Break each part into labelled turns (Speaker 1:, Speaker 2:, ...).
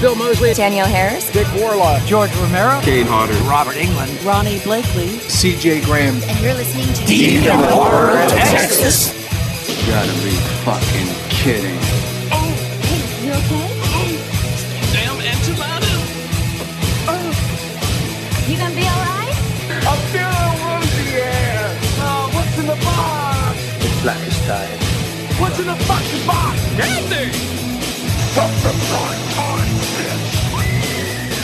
Speaker 1: Bill Mosley,
Speaker 2: Danielle Harris,
Speaker 3: Dick Warlock,
Speaker 4: George Romero,
Speaker 5: Kane Hodder,
Speaker 6: Robert England,
Speaker 7: Ronnie Blakely,
Speaker 8: CJ Graham,
Speaker 9: and you're listening to
Speaker 10: Deep in Horror, Texas.
Speaker 11: You gotta be fucking kidding.
Speaker 9: Oh, hey, you okay?
Speaker 10: Oh, damn enchilada.
Speaker 9: Oh, you gonna be alright?
Speaker 12: I'm feeling woozy, yeah. Oh, what's in the box?
Speaker 13: It's black as time.
Speaker 12: What's in the fucking box?
Speaker 10: Nothing.
Speaker 12: Stop the front time, bitch.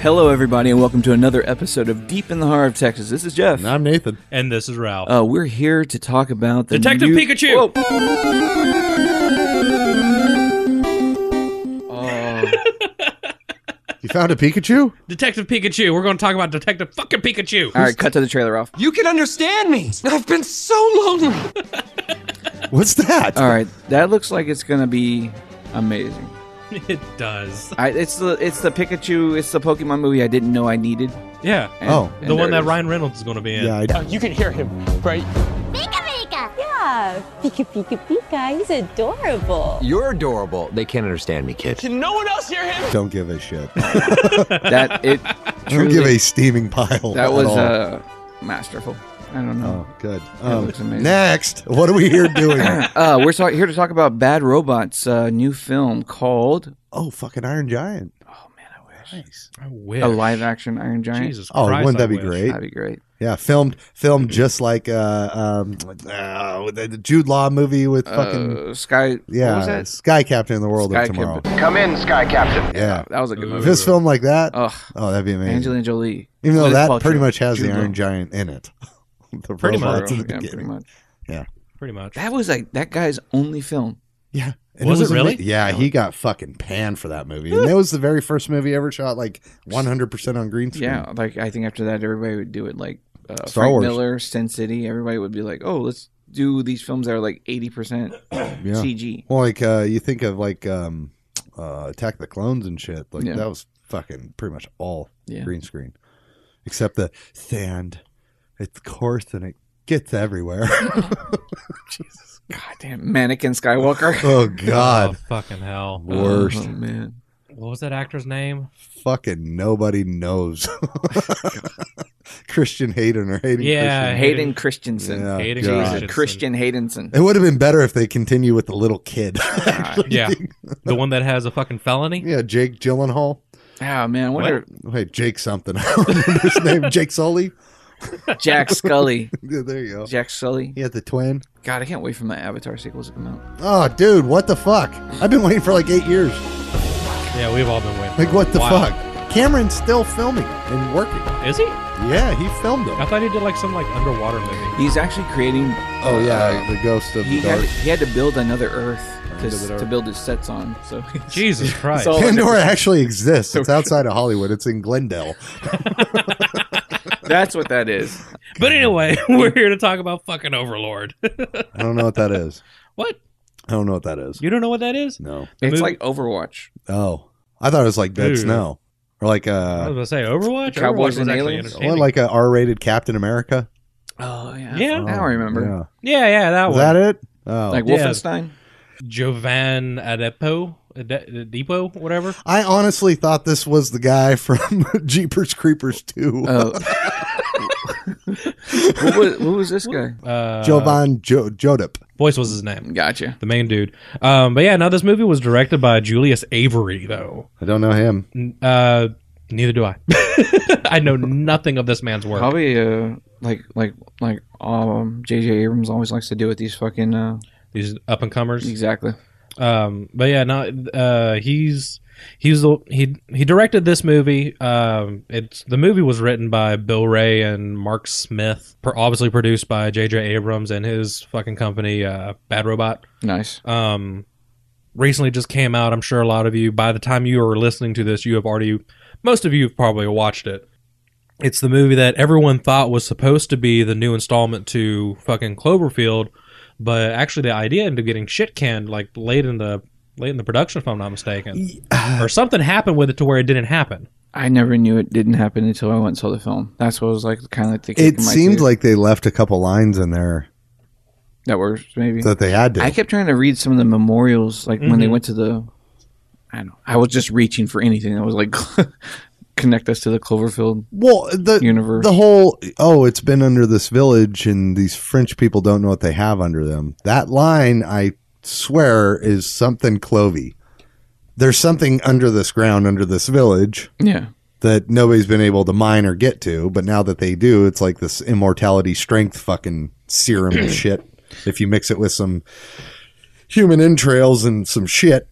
Speaker 14: Hello, everybody, and welcome to another episode of Deep in the Heart of Texas. This is Jeff.
Speaker 15: And I'm Nathan.
Speaker 16: And this is Ralph.
Speaker 14: Uh, we're here to talk about the
Speaker 16: Detective
Speaker 14: new-
Speaker 16: Pikachu.
Speaker 14: Whoa. Oh.
Speaker 15: You found a Pikachu?
Speaker 16: Detective Pikachu. We're going to talk about Detective fucking Pikachu.
Speaker 14: All right, cut to the trailer off.
Speaker 6: You can understand me. I've been so lonely.
Speaker 15: What's that?
Speaker 14: All right, that looks like it's going to be amazing.
Speaker 16: It does.
Speaker 14: I, it's the it's the Pikachu. It's the Pokemon movie I didn't know I needed.
Speaker 16: Yeah.
Speaker 14: And-
Speaker 15: Oh.
Speaker 14: and
Speaker 16: the one
Speaker 14: there it
Speaker 16: that
Speaker 14: is.
Speaker 16: Ryan Reynolds is going to be in.
Speaker 15: Yeah, I,
Speaker 6: Uh, you can hear him, right?
Speaker 9: Pika Pika!
Speaker 2: Yeah, Pika Pika Pika. He's adorable.
Speaker 6: You're adorable. They can't understand me, kid.
Speaker 10: Can no one else hear him?
Speaker 15: don't give a shit.
Speaker 14: That it
Speaker 15: don't
Speaker 14: truly
Speaker 15: give a steaming pile.
Speaker 14: that
Speaker 15: at
Speaker 14: was
Speaker 15: all.
Speaker 14: uh masterful. I don't know.
Speaker 15: Oh, good.
Speaker 14: looks amazing.
Speaker 15: next, what are we here doing?
Speaker 14: Uh, we're talk- here to talk about Bad Robot's uh, new film called
Speaker 15: oh, fucking Iron Giant.
Speaker 14: Oh man, I wish
Speaker 15: Nice.
Speaker 16: I wish.
Speaker 14: a live action Iron Giant.
Speaker 16: Jesus
Speaker 15: Oh,
Speaker 16: Christ,
Speaker 15: wouldn't that
Speaker 16: I
Speaker 15: be
Speaker 16: wish.
Speaker 15: great?
Speaker 14: That'd be great.
Speaker 15: Yeah, filmed filmed just like uh um uh, the the Jude Law movie with fucking
Speaker 14: uh, Sky. what was
Speaker 15: yeah
Speaker 14: that?
Speaker 15: Sky Captain in the World
Speaker 14: Sky
Speaker 15: of Tomorrow.
Speaker 14: Captain.
Speaker 13: Come in, Sky Captain.
Speaker 15: Yeah,
Speaker 14: That was a good
Speaker 16: Ooh.
Speaker 15: if
Speaker 14: movie.
Speaker 15: it's filmed like that,
Speaker 14: Ugh,
Speaker 15: oh, that'd be amazing.
Speaker 14: Uh, Angelina Jolie.
Speaker 15: Even though
Speaker 14: Gwyneth
Speaker 15: that
Speaker 14: Paltrow,
Speaker 15: pretty much has
Speaker 14: Jude
Speaker 15: the Iron
Speaker 14: Law.
Speaker 15: Giant in it. the
Speaker 16: Pretty
Speaker 15: robots
Speaker 16: much.
Speaker 15: in the
Speaker 14: Yeah, pretty
Speaker 15: beginning.
Speaker 14: much.
Speaker 16: Pretty much.
Speaker 14: That was like that guy's only film.
Speaker 15: Yeah.
Speaker 16: Was it
Speaker 15: ama-
Speaker 16: really?
Speaker 15: Yeah, he got fucking panned for that movie. And that was the very first movie ever shot like 100% on green screen.
Speaker 14: Yeah, like I think after that everybody would do it. Like uh,
Speaker 15: Star
Speaker 14: Frank
Speaker 15: Wars.
Speaker 14: Miller, Sin City. Everybody would be like, oh, let's do these films that are like eighty percent
Speaker 15: Yeah.
Speaker 14: CG.
Speaker 15: Well, like uh, you think of like um, uh, Attack of the Clones and shit. Like
Speaker 14: Yeah.
Speaker 15: that was fucking pretty much all
Speaker 14: Yeah.
Speaker 15: green screen, except the sand. It's coarse and it gets everywhere. Jesus.
Speaker 14: God damn, Mannequin Skywalker.
Speaker 15: Oh
Speaker 16: Oh,
Speaker 15: God,
Speaker 16: fucking hell.
Speaker 15: worst.
Speaker 14: Oh, man.
Speaker 16: What was that actor's name?
Speaker 15: Fucking nobody knows. Christian Hayden or Hayden.
Speaker 16: Yeah,
Speaker 15: Christian.
Speaker 14: Hayden Christensen.
Speaker 15: Yeah,
Speaker 16: Hayden
Speaker 15: God.
Speaker 14: He's a Christian Haydenson.
Speaker 15: It would have been better if they continue with the little kid. actually.
Speaker 16: Yeah. the one that has a fucking felony?
Speaker 15: yeah, Jake Gyllenhaal.
Speaker 14: Oh man, what, are
Speaker 15: Wait, Jake something. I don't remember his name. Jake Sully.
Speaker 14: Jack Scully?
Speaker 15: Yeah, there you go.
Speaker 14: Jack Sully.
Speaker 15: He had the twin.
Speaker 14: God, I can't wait for my Avatar sequels to come out.
Speaker 15: Oh, dude, what the fuck? I've been waiting for like eight years.
Speaker 16: Yeah, we've all been waiting.
Speaker 15: Like,
Speaker 16: for
Speaker 15: what
Speaker 16: a
Speaker 15: the
Speaker 16: while.
Speaker 15: fuck? Cameron's still filming and working.
Speaker 16: Is he?
Speaker 15: Yeah, he filmed
Speaker 16: I
Speaker 15: them.
Speaker 16: thought he did like some like underwater movie.
Speaker 14: He's actually creating.
Speaker 15: Oh yeah, the ghost of
Speaker 14: He
Speaker 15: the
Speaker 14: had,
Speaker 15: dark.
Speaker 14: he had to build another Earth to,
Speaker 15: Into the dark.
Speaker 14: to build his sets on. So
Speaker 16: Jesus Christ.
Speaker 14: all-
Speaker 15: Pandora actually exists. It's outside of Hollywood. It's in Glendale.
Speaker 14: that's what that is.
Speaker 16: but anyway, we're here to talk about fucking Overlord.
Speaker 15: I don't know what that is.
Speaker 16: what?
Speaker 15: I don't know what that is.
Speaker 16: You don't know what that is?
Speaker 15: No.
Speaker 14: It's
Speaker 16: Movie-
Speaker 14: like Overwatch.
Speaker 15: Oh, I thought it was like Dead
Speaker 16: Dude.
Speaker 15: Snow, or like
Speaker 16: I was
Speaker 15: a
Speaker 16: going to say Overwatch.
Speaker 14: Cowboys
Speaker 16: Overwatch
Speaker 14: and
Speaker 16: was actually
Speaker 14: Aliens?
Speaker 15: Uh, or
Speaker 16: entertaining.
Speaker 15: like a R-rated Captain America.
Speaker 14: Oh yeah.
Speaker 16: Yeah.
Speaker 14: Now I remember.
Speaker 16: yeah, yeah, that
Speaker 15: Yeah. Is
Speaker 16: one.
Speaker 15: that it? Oh,
Speaker 14: Like
Speaker 16: Yeah.
Speaker 14: Wolfenstein.
Speaker 16: Jovan Adepo, Ade- Depot, whatever.
Speaker 15: I honestly thought this was the guy from Jeepers Creepers 2.
Speaker 14: Oh. who, was, who was this guy?
Speaker 16: Uh,
Speaker 15: Jovan jo- Jodip.
Speaker 16: Voice was his name.
Speaker 14: Gotcha.
Speaker 16: The main dude. Um, but yeah, no, this movie was directed by Julius Avery, though.
Speaker 15: I don't know him.
Speaker 16: N- Uh, neither do I. I know nothing of this man's work.
Speaker 14: Probably uh like like like um J.J. Abrams always likes to do with these fucking uh,
Speaker 16: these up and comers.
Speaker 14: Exactly.
Speaker 16: Um, but yeah, no, uh, he's he's the he he directed this movie. Um, it's the movie was written by Bill Ray and Mark Smith, pro- obviously produced by J.J. Abrams and his fucking company, uh, Bad Robot.
Speaker 14: Nice.
Speaker 16: Um, recently just came out. I'm sure a lot of you, by the time you are listening to this, you have already most of you have probably watched it. It's the movie that everyone thought was supposed to be the new installment to fucking Cloverfield, but actually the idea ended up getting shit canned like late in the late in the production, if I'm not mistaken, or something happened with it to where it didn't happen.
Speaker 14: I never knew it didn't happen until I went and saw the film. That's what was like kind of like the kick
Speaker 15: It
Speaker 14: in my
Speaker 15: seemed
Speaker 14: teeth.
Speaker 15: like they left a couple lines in there
Speaker 14: that works maybe.
Speaker 15: that they had to.
Speaker 14: I kept trying to read some of the memorials, like when
Speaker 16: Mm-hmm.
Speaker 14: they went to the. I don't. I was just reaching for anything that was like connect us to the Cloverfield.
Speaker 15: well, the
Speaker 14: Universe.
Speaker 15: the whole oh, it's been under this village, and these French people don't know what they have under them. That line, I swear, is something clovey. There's something under this ground, under this village
Speaker 14: Yeah,
Speaker 15: that nobody's been able to mine or get to. But now that they do, it's like this immortality strength fucking serum shit. If you mix it with some human entrails and some shit,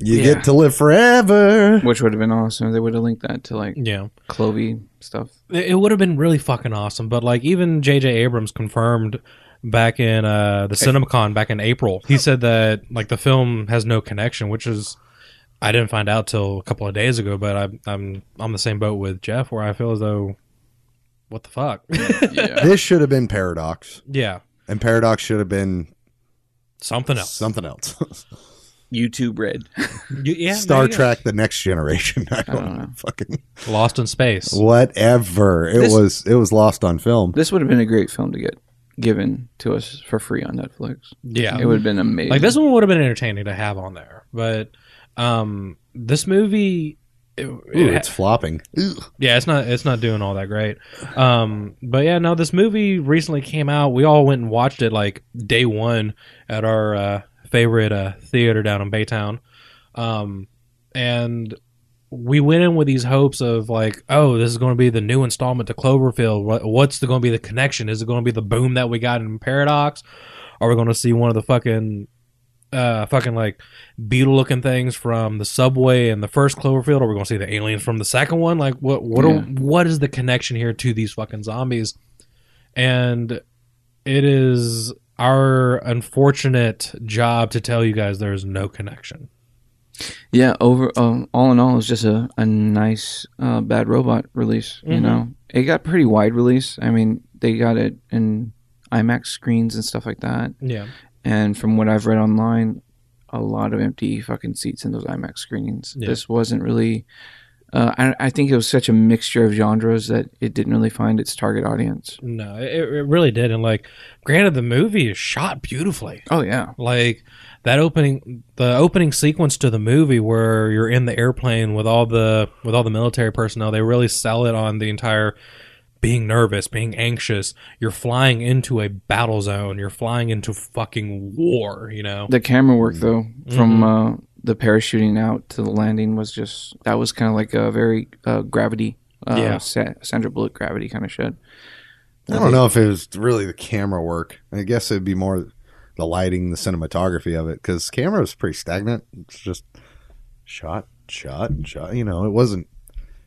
Speaker 15: you
Speaker 14: Yeah.
Speaker 15: get to live forever.
Speaker 14: which would have been awesome. if They would have linked that to like
Speaker 16: Yeah.
Speaker 14: Clovey stuff.
Speaker 16: it would have been really fucking awesome. But like even J.J. Abrams confirmed back in uh, the CinemaCon back in April, he said that like the film has no connection, which is I didn't find out till a couple of days ago. But I, I'm on the same boat with Jeff, where I feel as though what the fuck,
Speaker 14: Yeah,
Speaker 15: This should have been Paradox,
Speaker 16: yeah,
Speaker 15: and Paradox should have been
Speaker 16: something else,
Speaker 15: something else.
Speaker 14: YouTube Red.
Speaker 16: Y- yeah,
Speaker 15: Star
Speaker 16: maybe
Speaker 15: Trek: The Next Generation. I don't,
Speaker 14: don't
Speaker 15: know.
Speaker 14: know.
Speaker 15: Fucking
Speaker 16: Lost in Space.
Speaker 15: whatever. It
Speaker 14: This-
Speaker 15: was it was lost on film.
Speaker 14: This would have been a great film to get given to us for free on Netflix.
Speaker 16: Yeah,
Speaker 14: It would have been amazing.
Speaker 16: Like this one would have been entertaining to have on there, but um, this movie. it-
Speaker 15: Ooh,
Speaker 16: it ha-
Speaker 15: it's flopping.
Speaker 16: Yeah, it's not it's not doing all that great. Um, but yeah, no, this movie recently came out. We all went and watched it like day one at our uh, favorite uh, theater down in Baytown, um, and we went in with these hopes of like, oh, this is going to be the new installment to Cloverfield. What, what's going to be the connection? Is it going to be the boom that we got in Paradox? Are we going to see one of the fucking uh, fucking like beetle looking things from the subway and the first Cloverfield? Are we going to see the aliens from the second one? Like, what what are,
Speaker 14: Yeah.
Speaker 16: what is the connection here to these fucking zombies? And it is our unfortunate job to tell you guys there is no connection.
Speaker 14: Yeah, over um, all in all, it was just a, a nice uh, Bad Robot release.
Speaker 16: Mm-hmm.
Speaker 14: You know, it got pretty wide release. I mean, they got it in IMAX screens and stuff like that.
Speaker 16: Yeah,
Speaker 14: And from what I've read online, a lot of empty fucking seats in those IMAX screenings.
Speaker 16: Yeah.
Speaker 14: This wasn't really. Uh, I, I think it was such a mixture of genres that it didn't really find its target audience.
Speaker 16: no, it, it really did. And like, granted, the movie is shot beautifully.
Speaker 14: Oh yeah,
Speaker 16: Like that opening, the opening sequence to the movie where you're in the airplane with all the with all the military personnel. They really sell it on the entire being nervous, being anxious. You're flying into a battle zone. You're flying into fucking war. You know.
Speaker 14: the camera work though from uh, the parachuting out to the landing was just that was kind of like a very uh, gravity uh,
Speaker 16: Yeah.
Speaker 14: Sa- Sandra Bullock gravity kind of shit.
Speaker 15: I don't know if it was really the camera work. I guess it'd be more the lighting, the cinematography of it, because camera was pretty stagnant. It's just shot, shot, shot. You know, it wasn't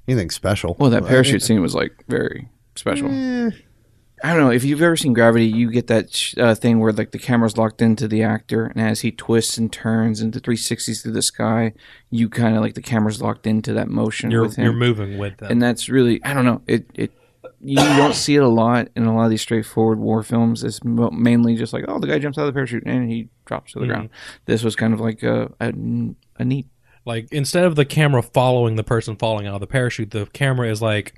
Speaker 15: anything special.
Speaker 14: Well, that
Speaker 15: I
Speaker 14: parachute
Speaker 15: mean, eh,
Speaker 14: scene was like very special.
Speaker 15: Mm.
Speaker 14: I don't know if you've ever seen Gravity. You get that sh- uh, thing where like the camera's locked into the actor, and as he twists and turns into 360s through the sky, you kind of like the camera's locked into that motion
Speaker 16: You're
Speaker 14: with him.
Speaker 16: you're moving with them.
Speaker 14: and that's really I don't know it it you don't see it a lot in a lot of these straightforward war films. It's mo- mainly just like oh the guy jumps out of the parachute and he drops to the ground.
Speaker 16: Mm-hmm.
Speaker 14: This was kind of like a a, a neat
Speaker 16: like instead of the camera following the person falling out of the parachute, the camera is like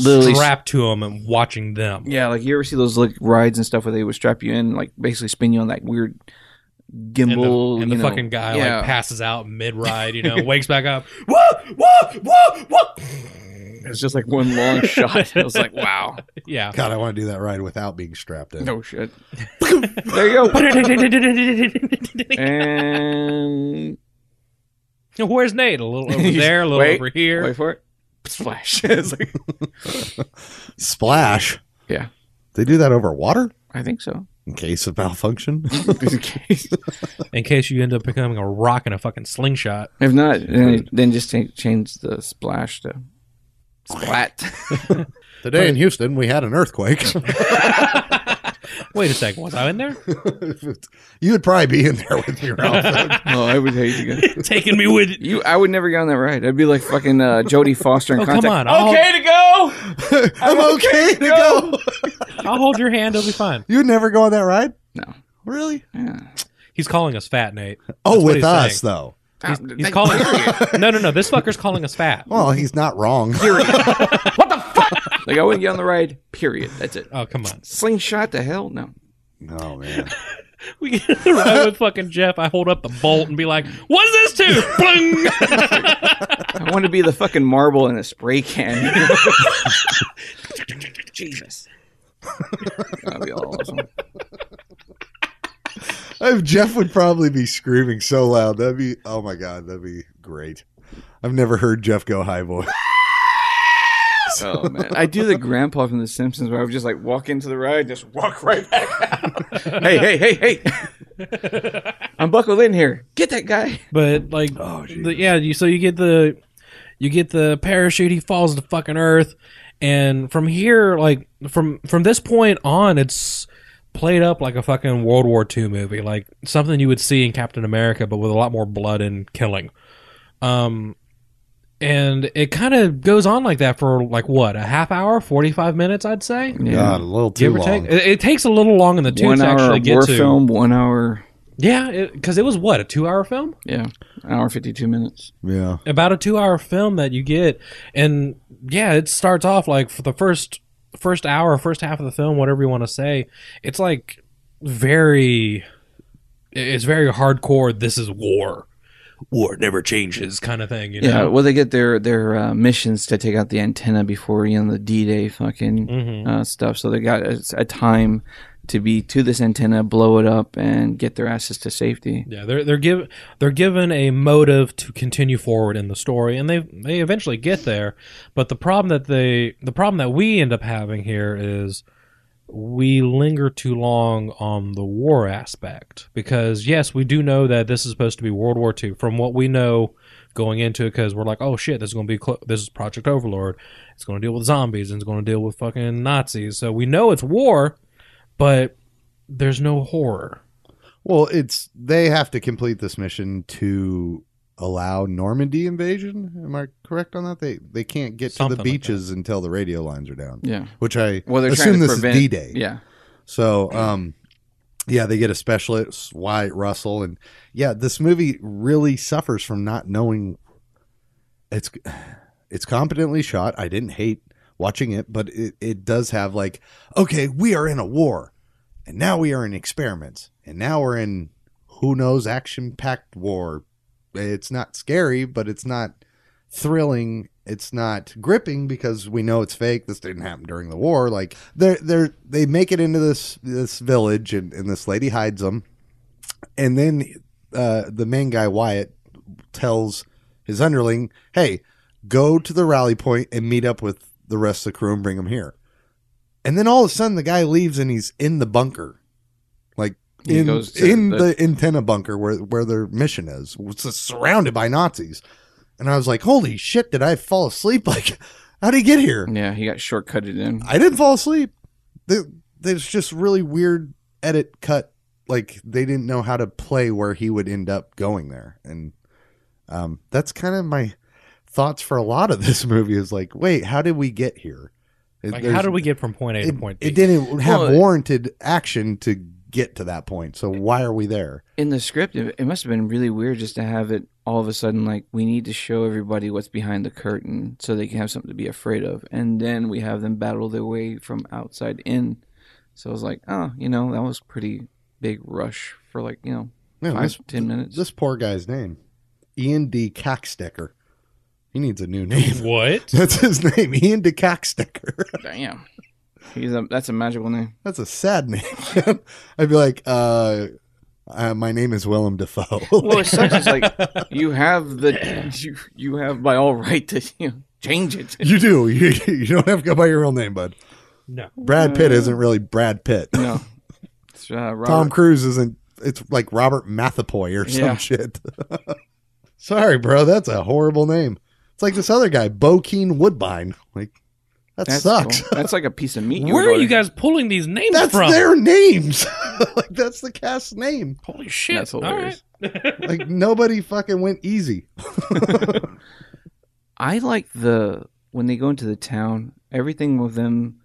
Speaker 14: Literally s-
Speaker 16: strapped to them and watching them.
Speaker 14: yeah like you ever see those like rides and stuff where they would strap you in like basically spin you on that weird
Speaker 16: and the,
Speaker 14: gimbal
Speaker 16: and the
Speaker 14: you know.
Speaker 16: fucking guy
Speaker 14: Yeah.
Speaker 16: like passes out mid ride, you know, wakes back up. Whoa, whoa, whoa, whoa.
Speaker 14: it's just like one long shot. It was like wow
Speaker 16: Yeah.
Speaker 15: God, I want to do that ride without being strapped in.
Speaker 14: no shit there you go
Speaker 16: Where's
Speaker 14: and
Speaker 16: Nate? A little over there, a little
Speaker 14: Wait,
Speaker 16: over here.
Speaker 14: wait for it splash. it's like
Speaker 15: Splash.
Speaker 14: yeah
Speaker 15: They do that over water.
Speaker 14: I think so
Speaker 15: in case of malfunction.
Speaker 14: In case-
Speaker 16: in case you end up becoming a rock and a fucking slingshot.
Speaker 14: if not, then, then just cha- change the splash to splat.
Speaker 15: Today in Houston, we had an earthquake.
Speaker 16: Wait a second, was I in there?
Speaker 15: you would probably be in there with me, Ralph.
Speaker 14: oh, I would hate to go.
Speaker 16: Taking me with you.
Speaker 14: You, I would never go on that ride. I'd be like fucking uh, Jodie Foster in
Speaker 16: Oh,
Speaker 14: contact.
Speaker 16: come on. I'll,
Speaker 10: Okay to go.
Speaker 15: I'm okay to go.
Speaker 16: I'll hold your hand. It'll be fine.
Speaker 15: You'd never go on that ride?
Speaker 14: No.
Speaker 15: Really?
Speaker 16: He's calling us fat, Nate.
Speaker 15: Oh,
Speaker 16: That's what
Speaker 15: with
Speaker 16: he's
Speaker 15: us
Speaker 16: saying.
Speaker 15: though.
Speaker 16: He's, he's calling. no, no, no. This fucker's calling us fat.
Speaker 15: Well, he's not wrong.
Speaker 14: Like I wouldn't get on the ride. Period. That's it.
Speaker 16: Oh, come on.
Speaker 14: Slingshot to hell? No.
Speaker 15: oh man.
Speaker 16: We get in the ride with fucking Jeff. I hold up the bolt and be like, "What's this to?" Bling!
Speaker 14: I want to be the fucking marble in a spray can. Jesus. Oh, That'd be awesome.
Speaker 15: If Jeff would probably be screaming so loud. That'd be oh my god, that'd be great. I've never heard Jeff go high boy.
Speaker 14: Oh man, I do the grandpa from The Simpsons where I would just like walk into the ride, just walk right back. Out. hey, hey, hey, hey! I'm buckled in here. Get that guy.
Speaker 16: But like, the, yeah. You so you get the you get the parachute. He falls to fucking earth, and from here, like from from this point on, it's played up like a fucking World War II movie, like something you would see in Captain America, but with a lot more blood and killing. Um, and it kind of goes on like that for like what a half hour, forty five minutes, I'd say.
Speaker 15: God, a little too
Speaker 16: Give or
Speaker 15: long.
Speaker 16: take, it, it takes a little long in the tooth
Speaker 14: One
Speaker 16: to
Speaker 14: hour
Speaker 16: actually
Speaker 14: of
Speaker 16: get
Speaker 14: war
Speaker 16: to.
Speaker 14: film. One hour.
Speaker 16: Yeah, because it was what a two-hour film,
Speaker 14: Yeah, an hour fifty-two minutes.
Speaker 15: Yeah.
Speaker 16: about a two-hour film that you get, and yeah, it starts off like for the first first hour, first half of the film, whatever you want to say, it's like very, it's very hardcore. This is war, war never changes, kind of thing. You
Speaker 14: Yeah,
Speaker 16: know,
Speaker 14: well, they get their their uh, missions to take out the antenna before you know the D-Day fucking uh, stuff. So they got a, a time to be to this antenna, blow it up, and get their asses to safety.
Speaker 16: yeah, they're they're given they're given a motive to continue forward in the story, and they they eventually get there. But the problem that they the problem that we end up having here is we linger too long on the war aspect because yes, we do know that this is supposed to be World War II. From what we know going into it, because we're like, oh shit, this is going to be clo- this is Project Overlord. It's going to deal with zombies and it's going to deal with fucking Nazis. So we know it's war, but there's no horror.
Speaker 15: Well, it's they have to complete this mission to allow Normandy invasion. Am I correct on that? They they can't get to
Speaker 16: Something
Speaker 15: the
Speaker 16: like that.
Speaker 15: beaches until the radio lines are down.
Speaker 14: Yeah.
Speaker 15: Which I
Speaker 14: Well, they're trying
Speaker 15: assume
Speaker 14: to
Speaker 15: this
Speaker 14: prevent
Speaker 15: is D-Day.
Speaker 14: Yeah,
Speaker 15: So, um, yeah, they get a specialist, Wyatt Russell, and yeah, this movie really suffers from not knowing. It's it's competently shot. I didn't hate watching it, but it, it does have like, okay, we are in a war, and now we are in experiments, and now we're in who knows action packed war. It's not scary, but it's not thrilling. It's not gripping because we know it's fake. This didn't happen during the war. Like they are they are they make it into this this village and, and this lady hides them, and then uh, the main guy Wyatt tells his underling, "Hey, go to the rally point and meet up with the rest of the crew and bring them here." And then all of a sudden, the guy leaves and he's in the bunker, like
Speaker 14: He
Speaker 15: in
Speaker 14: goes to
Speaker 15: in
Speaker 14: the-
Speaker 15: the, antenna bunker where where their mission is, which is surrounded by Nazis. And I was like, "Holy shit! Did I fall asleep? Like, how did he get here?"
Speaker 14: yeah, he got shortcutted in.
Speaker 15: I didn't fall asleep. There- There's just really weird edit cut. Like they didn't know how to play where he would end up going there, and um, that's kind of my thoughts for a lot of this movie. Is like, wait, how did we get here? It-
Speaker 16: Like, how
Speaker 15: there's-
Speaker 16: did we get from point A to
Speaker 15: It,
Speaker 16: point B?
Speaker 15: it didn't have
Speaker 14: Well, it-
Speaker 15: warranted action to get to that point. So why are we there?
Speaker 14: in the script, it, it must have been really weird just to have it all of a sudden like we need to show everybody what's behind the curtain so they can have something to be afraid of, and then we have them battle their way from outside in. So I was like, oh, you know, that was pretty big rush for like you know
Speaker 15: Yeah,
Speaker 14: five
Speaker 15: this,
Speaker 14: ten minutes.
Speaker 15: this poor guy's name, Ian D. Cockstecker. He needs a new name.
Speaker 16: What?
Speaker 15: That's his name, Ian D. Cockstecker.
Speaker 14: Damn, he's a that's a magical name.
Speaker 15: That's a sad name. man. I'd be like, uh, uh, my name is Willem Dafoe.
Speaker 14: Well, it sucks. It's like you have the you, you have by all right to you know, change it.
Speaker 15: you do. You, you don't have to go by your real name, bud.
Speaker 16: No.
Speaker 15: Brad Pitt isn't really Brad Pitt.
Speaker 14: No, it's It's uh, Robert.
Speaker 15: Tom Cruise isn't. It's like Robert Mathapoy or some
Speaker 14: Yeah.
Speaker 15: shit. Sorry, bro. That's a horrible name. It's like this other guy, Bokeen Woodbine. Like that
Speaker 14: That's
Speaker 15: sucks.
Speaker 14: cool. That's like a piece of meat. would
Speaker 16: Where are
Speaker 14: order.
Speaker 16: you guys pulling these names
Speaker 15: That's
Speaker 16: from?
Speaker 15: their names. like that's the cast's name.
Speaker 16: Holy shit!
Speaker 14: That's
Speaker 16: All
Speaker 14: hilarious.
Speaker 16: right.
Speaker 15: Like nobody fucking went easy.
Speaker 14: I like the when they go into the town. Everything with them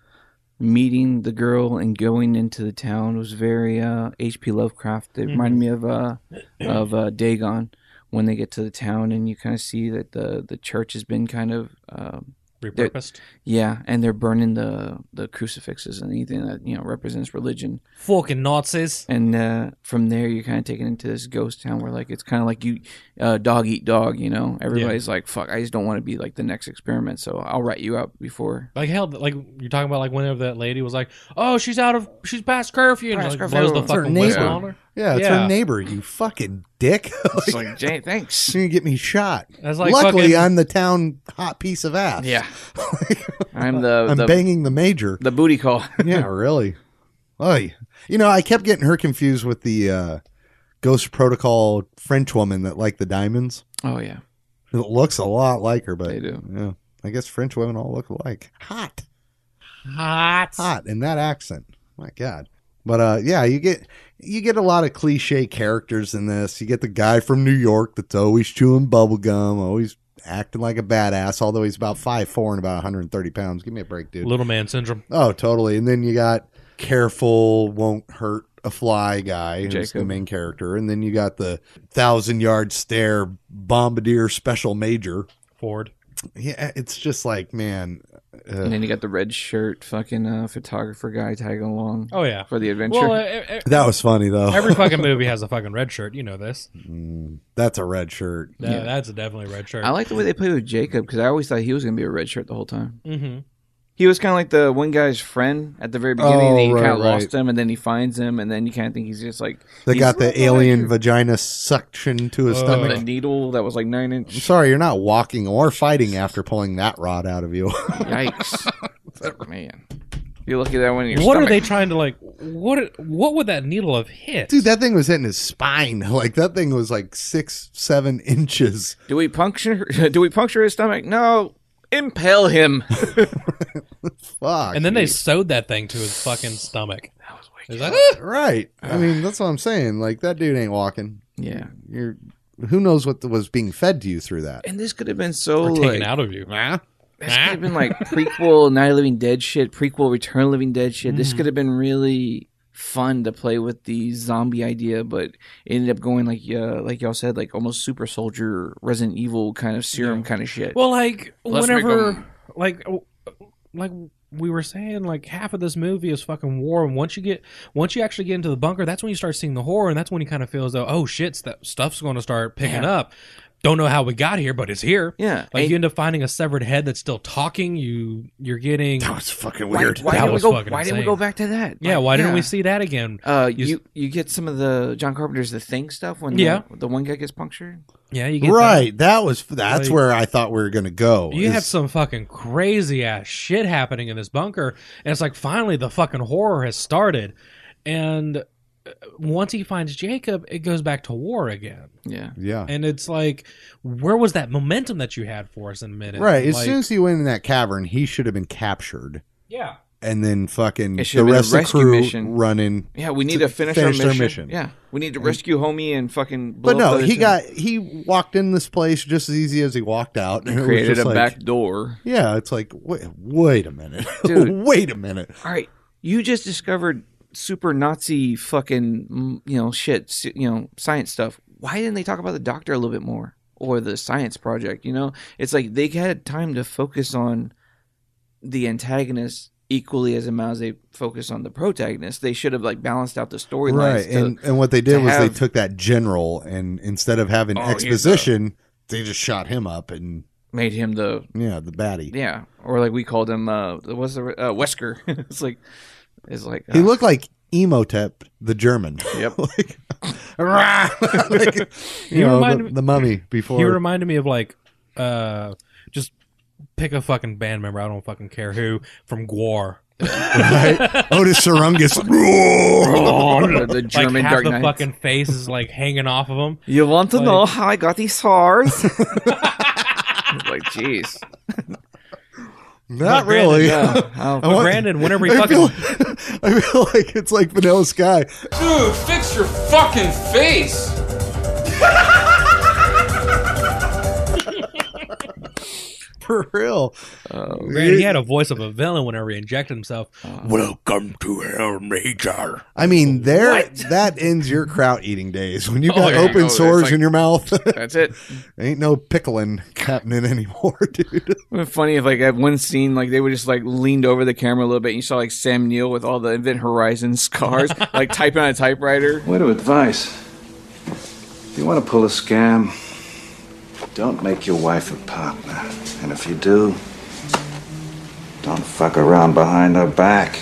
Speaker 14: meeting the girl and going into the town was very uh, H.P. Lovecraft. It reminded me of uh, of uh, Dagon when they get to the town and you kind of see that the the church has been kind of um,
Speaker 16: Repurposed.
Speaker 14: yeah, and they're burning the the crucifixes and anything that you know represents religion.
Speaker 16: Fucking Nazis.
Speaker 14: And uh, from there, you're kind of taken into this ghost town where, like, it's kind of like you uh, dog eat dog, you know? Everybody's like, fuck, I just don't want to be like the next experiment, so I'll write you out before.
Speaker 16: Like hell, like you're talking about, like whenever that lady was like, "Oh, she's out of, she's past curfew," and
Speaker 14: Past
Speaker 16: like,
Speaker 14: curfew.
Speaker 16: blows the
Speaker 14: It's her
Speaker 16: fucking whistle
Speaker 14: neighbor.
Speaker 16: on her.
Speaker 15: Yeah, it's
Speaker 16: Yeah.
Speaker 15: her neighbor. You fucking dick.
Speaker 14: It's like, Jay, thanks.
Speaker 15: You're gonna get me shot.
Speaker 16: That's like
Speaker 15: Luckily,
Speaker 16: fucking-
Speaker 15: I'm the town hot piece of ass.
Speaker 14: Yeah. I'm the,
Speaker 15: I'm
Speaker 14: the,
Speaker 15: banging the major.
Speaker 14: the booty call.
Speaker 15: yeah, really. Oh, you know, I kept getting her confused with the uh, Ghost Protocol French woman that liked the diamonds.
Speaker 14: oh, yeah.
Speaker 15: It looks a lot like her, but
Speaker 14: They do.
Speaker 15: Yeah, I guess French women all look alike. Hot,
Speaker 16: Hot.
Speaker 15: hot, in that accent. My God. But uh, yeah, you get you get a lot of cliche characters in this. You get the guy from New York that's always chewing bubble gum, always acting like a badass, although he's about five four and about 130 pounds. Give me a break, dude.
Speaker 16: Little man syndrome.
Speaker 15: Oh, totally. And then you got careful, won't hurt a fly guy, who's the
Speaker 14: Jacob.
Speaker 15: main character. And then you got the thousand yard stare bombardier special major.
Speaker 16: Ford.
Speaker 15: Yeah, it's just like, man,
Speaker 14: And
Speaker 15: uh,
Speaker 14: then you got the red shirt fucking uh, photographer guy tagging along
Speaker 16: Oh yeah.
Speaker 14: for the adventure.
Speaker 16: Well, uh, e-
Speaker 15: that was funny though.
Speaker 16: e- every fucking movie has a fucking red shirt. You know this.
Speaker 15: Mm, that's a red shirt.
Speaker 16: That,
Speaker 14: Yeah.
Speaker 16: That's definitely a red shirt.
Speaker 14: I like the way they played with Jacob because I always thought he was going to be a red shirt the whole time.
Speaker 16: mm-hmm.
Speaker 14: He was kind of like the one guy's friend at the very beginning, and he
Speaker 15: Oh, right,
Speaker 14: kind of
Speaker 15: right.
Speaker 14: lost him, and then he finds him, and then you kind of think he's just like
Speaker 15: They
Speaker 14: he's-
Speaker 15: got the alien vagina suction to his
Speaker 16: Oh.
Speaker 14: the
Speaker 15: stomach.
Speaker 14: needle that was like nine
Speaker 15: I'm
Speaker 14: inch.
Speaker 15: sorry, you're not walking or fighting after pulling that rod out of you.
Speaker 14: Yikes, man! You look at that one. In your
Speaker 16: What are they
Speaker 14: stomach.
Speaker 16: trying to like? What What would that needle have hit?
Speaker 15: Dude, that thing was hitting his spine. Like that thing was like six, seven inches.
Speaker 14: Do we puncture? Do we puncture his stomach? No. Impale him.
Speaker 15: Fuck.
Speaker 16: and then they sewed that thing to his fucking stomach. That was wicked.
Speaker 15: Right. I mean, that's what I'm saying. Like that dude ain't walking.
Speaker 14: yeah,
Speaker 15: You're who knows what was being fed to you through that.
Speaker 14: and this could have been so
Speaker 16: or taken
Speaker 14: like
Speaker 16: out of you.
Speaker 14: this could have been like prequel Night of the Living Dead shit, prequel Return of the Living Dead shit.
Speaker 16: Mm.
Speaker 14: This could have been really fun to play with the zombie idea, but it ended up going like uh, like y'all said, like almost super soldier Resident Evil kind of serum kind of shit.
Speaker 16: Well, like
Speaker 14: Let's make
Speaker 16: whenever,
Speaker 14: 'em-
Speaker 16: like, w- like we were saying, like half of this movie is fucking war, and once you get, once you actually get into the bunker, that's when you start seeing the horror, and that's when you kind of feel as though, oh shit, that stuff's going to start picking up. Don't know how we got here, but it's here.
Speaker 14: Yeah,
Speaker 16: Like
Speaker 14: and-
Speaker 16: you end up finding a severed head that's still talking. You you're getting
Speaker 15: That's fucking
Speaker 14: Why- Why,
Speaker 16: That
Speaker 14: didn't we
Speaker 16: was
Speaker 14: go? Why
Speaker 16: fucking
Speaker 14: didn't we
Speaker 16: insane.
Speaker 14: go back to that?
Speaker 16: yeah.
Speaker 14: Like,
Speaker 16: Why didn't we see that again?
Speaker 14: Uh,
Speaker 16: You-
Speaker 14: you, you get some of the John Carpenter's The Thing stuff when
Speaker 16: Yeah.
Speaker 14: the, the one guy gets punctured.
Speaker 16: Yeah, you get that.
Speaker 15: Right. That was that's
Speaker 16: Like-
Speaker 15: where I thought we were gonna go.
Speaker 16: You
Speaker 15: is-
Speaker 16: have some fucking crazy ass shit happening in this bunker, and it's like finally the fucking horror has started. And uh, once he finds Jacob, it goes back to war again.
Speaker 14: Yeah,
Speaker 15: Yeah.
Speaker 16: And it's like, where was that momentum that you had for us in a minute?
Speaker 15: Right. As
Speaker 16: Like,
Speaker 15: soon as he went in that cavern, he should have been captured.
Speaker 16: yeah,
Speaker 15: And then fucking
Speaker 14: It
Speaker 15: the
Speaker 14: should've been a
Speaker 15: rest of the
Speaker 14: rescue
Speaker 15: crew
Speaker 14: mission.
Speaker 15: running.
Speaker 14: yeah. We need to,
Speaker 15: To
Speaker 14: finish,
Speaker 15: finish
Speaker 14: our
Speaker 15: their
Speaker 14: mission.
Speaker 15: mission.
Speaker 14: Yeah, we need to rescue homie and fucking. Blow
Speaker 15: But
Speaker 14: up
Speaker 15: no,
Speaker 14: the
Speaker 15: he
Speaker 14: other
Speaker 15: got he walked in this place just as easy as he walked out.
Speaker 14: two.
Speaker 15: and it was
Speaker 14: created
Speaker 15: just
Speaker 14: a
Speaker 15: like-
Speaker 14: back door.
Speaker 15: Yeah, it's like wait, wait a minute,
Speaker 14: Dude.
Speaker 15: wait a minute.
Speaker 14: All right, you just discovered super Nazi fucking mm, you know shit s- you know science stuff. Why didn't they talk about the doctor a little bit more or the science project? You know, it's like they had time to focus on the antagonist equally as amount as they focus on the protagonist. They should have like balanced out the storylines.
Speaker 15: right
Speaker 14: to-
Speaker 15: and and what they did
Speaker 14: to
Speaker 15: was
Speaker 14: have-
Speaker 15: they took that general and instead of having
Speaker 14: Oh, he's
Speaker 15: exposition they just shot him up and
Speaker 14: made him the
Speaker 15: yeah the baddie
Speaker 14: yeah, or like we called him uh what's the uh, Wesker. it's like it's like
Speaker 15: he
Speaker 14: uh,
Speaker 15: looked like emotep the german
Speaker 14: Yep.
Speaker 15: like, rah! Like, you
Speaker 16: He
Speaker 15: know the,
Speaker 16: reminded me-
Speaker 15: the mummy before
Speaker 16: he reminded me of like, uh, just pick a fucking band member. I don't fucking care who from Guar.
Speaker 15: Right? Otis Sarungus.
Speaker 14: the, the
Speaker 16: Like
Speaker 14: German
Speaker 16: half
Speaker 14: Dark
Speaker 16: the
Speaker 14: Knight.
Speaker 16: fucking face is like hanging off of him.
Speaker 14: you want to
Speaker 16: like-
Speaker 14: know how I got these scars? like, jeez.
Speaker 15: Not
Speaker 16: Brandon,
Speaker 15: really.
Speaker 14: No,
Speaker 15: I
Speaker 14: how-
Speaker 15: want-
Speaker 16: Brandon, whenever he
Speaker 15: I
Speaker 16: fucking
Speaker 15: feel, I feel like it's like Vanilla Sky.
Speaker 10: Dude, fix your fucking face.
Speaker 15: For real.
Speaker 16: Brandon, he had a voice of a villain whenever he injected himself.
Speaker 10: Welcome to Hell Major.
Speaker 15: I mean, there that ends your kraut eating days. When you
Speaker 14: Oh,
Speaker 15: got
Speaker 14: yeah,
Speaker 15: open
Speaker 14: no, it's
Speaker 15: sores
Speaker 14: like-
Speaker 15: in your mouth,
Speaker 14: That's it.
Speaker 15: ain't no pickling happening anymore, dude.
Speaker 14: It would be funny if like at one scene like they would just like leaned over the camera a little bit and you saw like Sam Neill with all the Event Horizon scars like typing on a typewriter.
Speaker 11: Word of advice. If you want to pull a scam, don't make your wife a partner. And if you do, don't fuck around behind her back.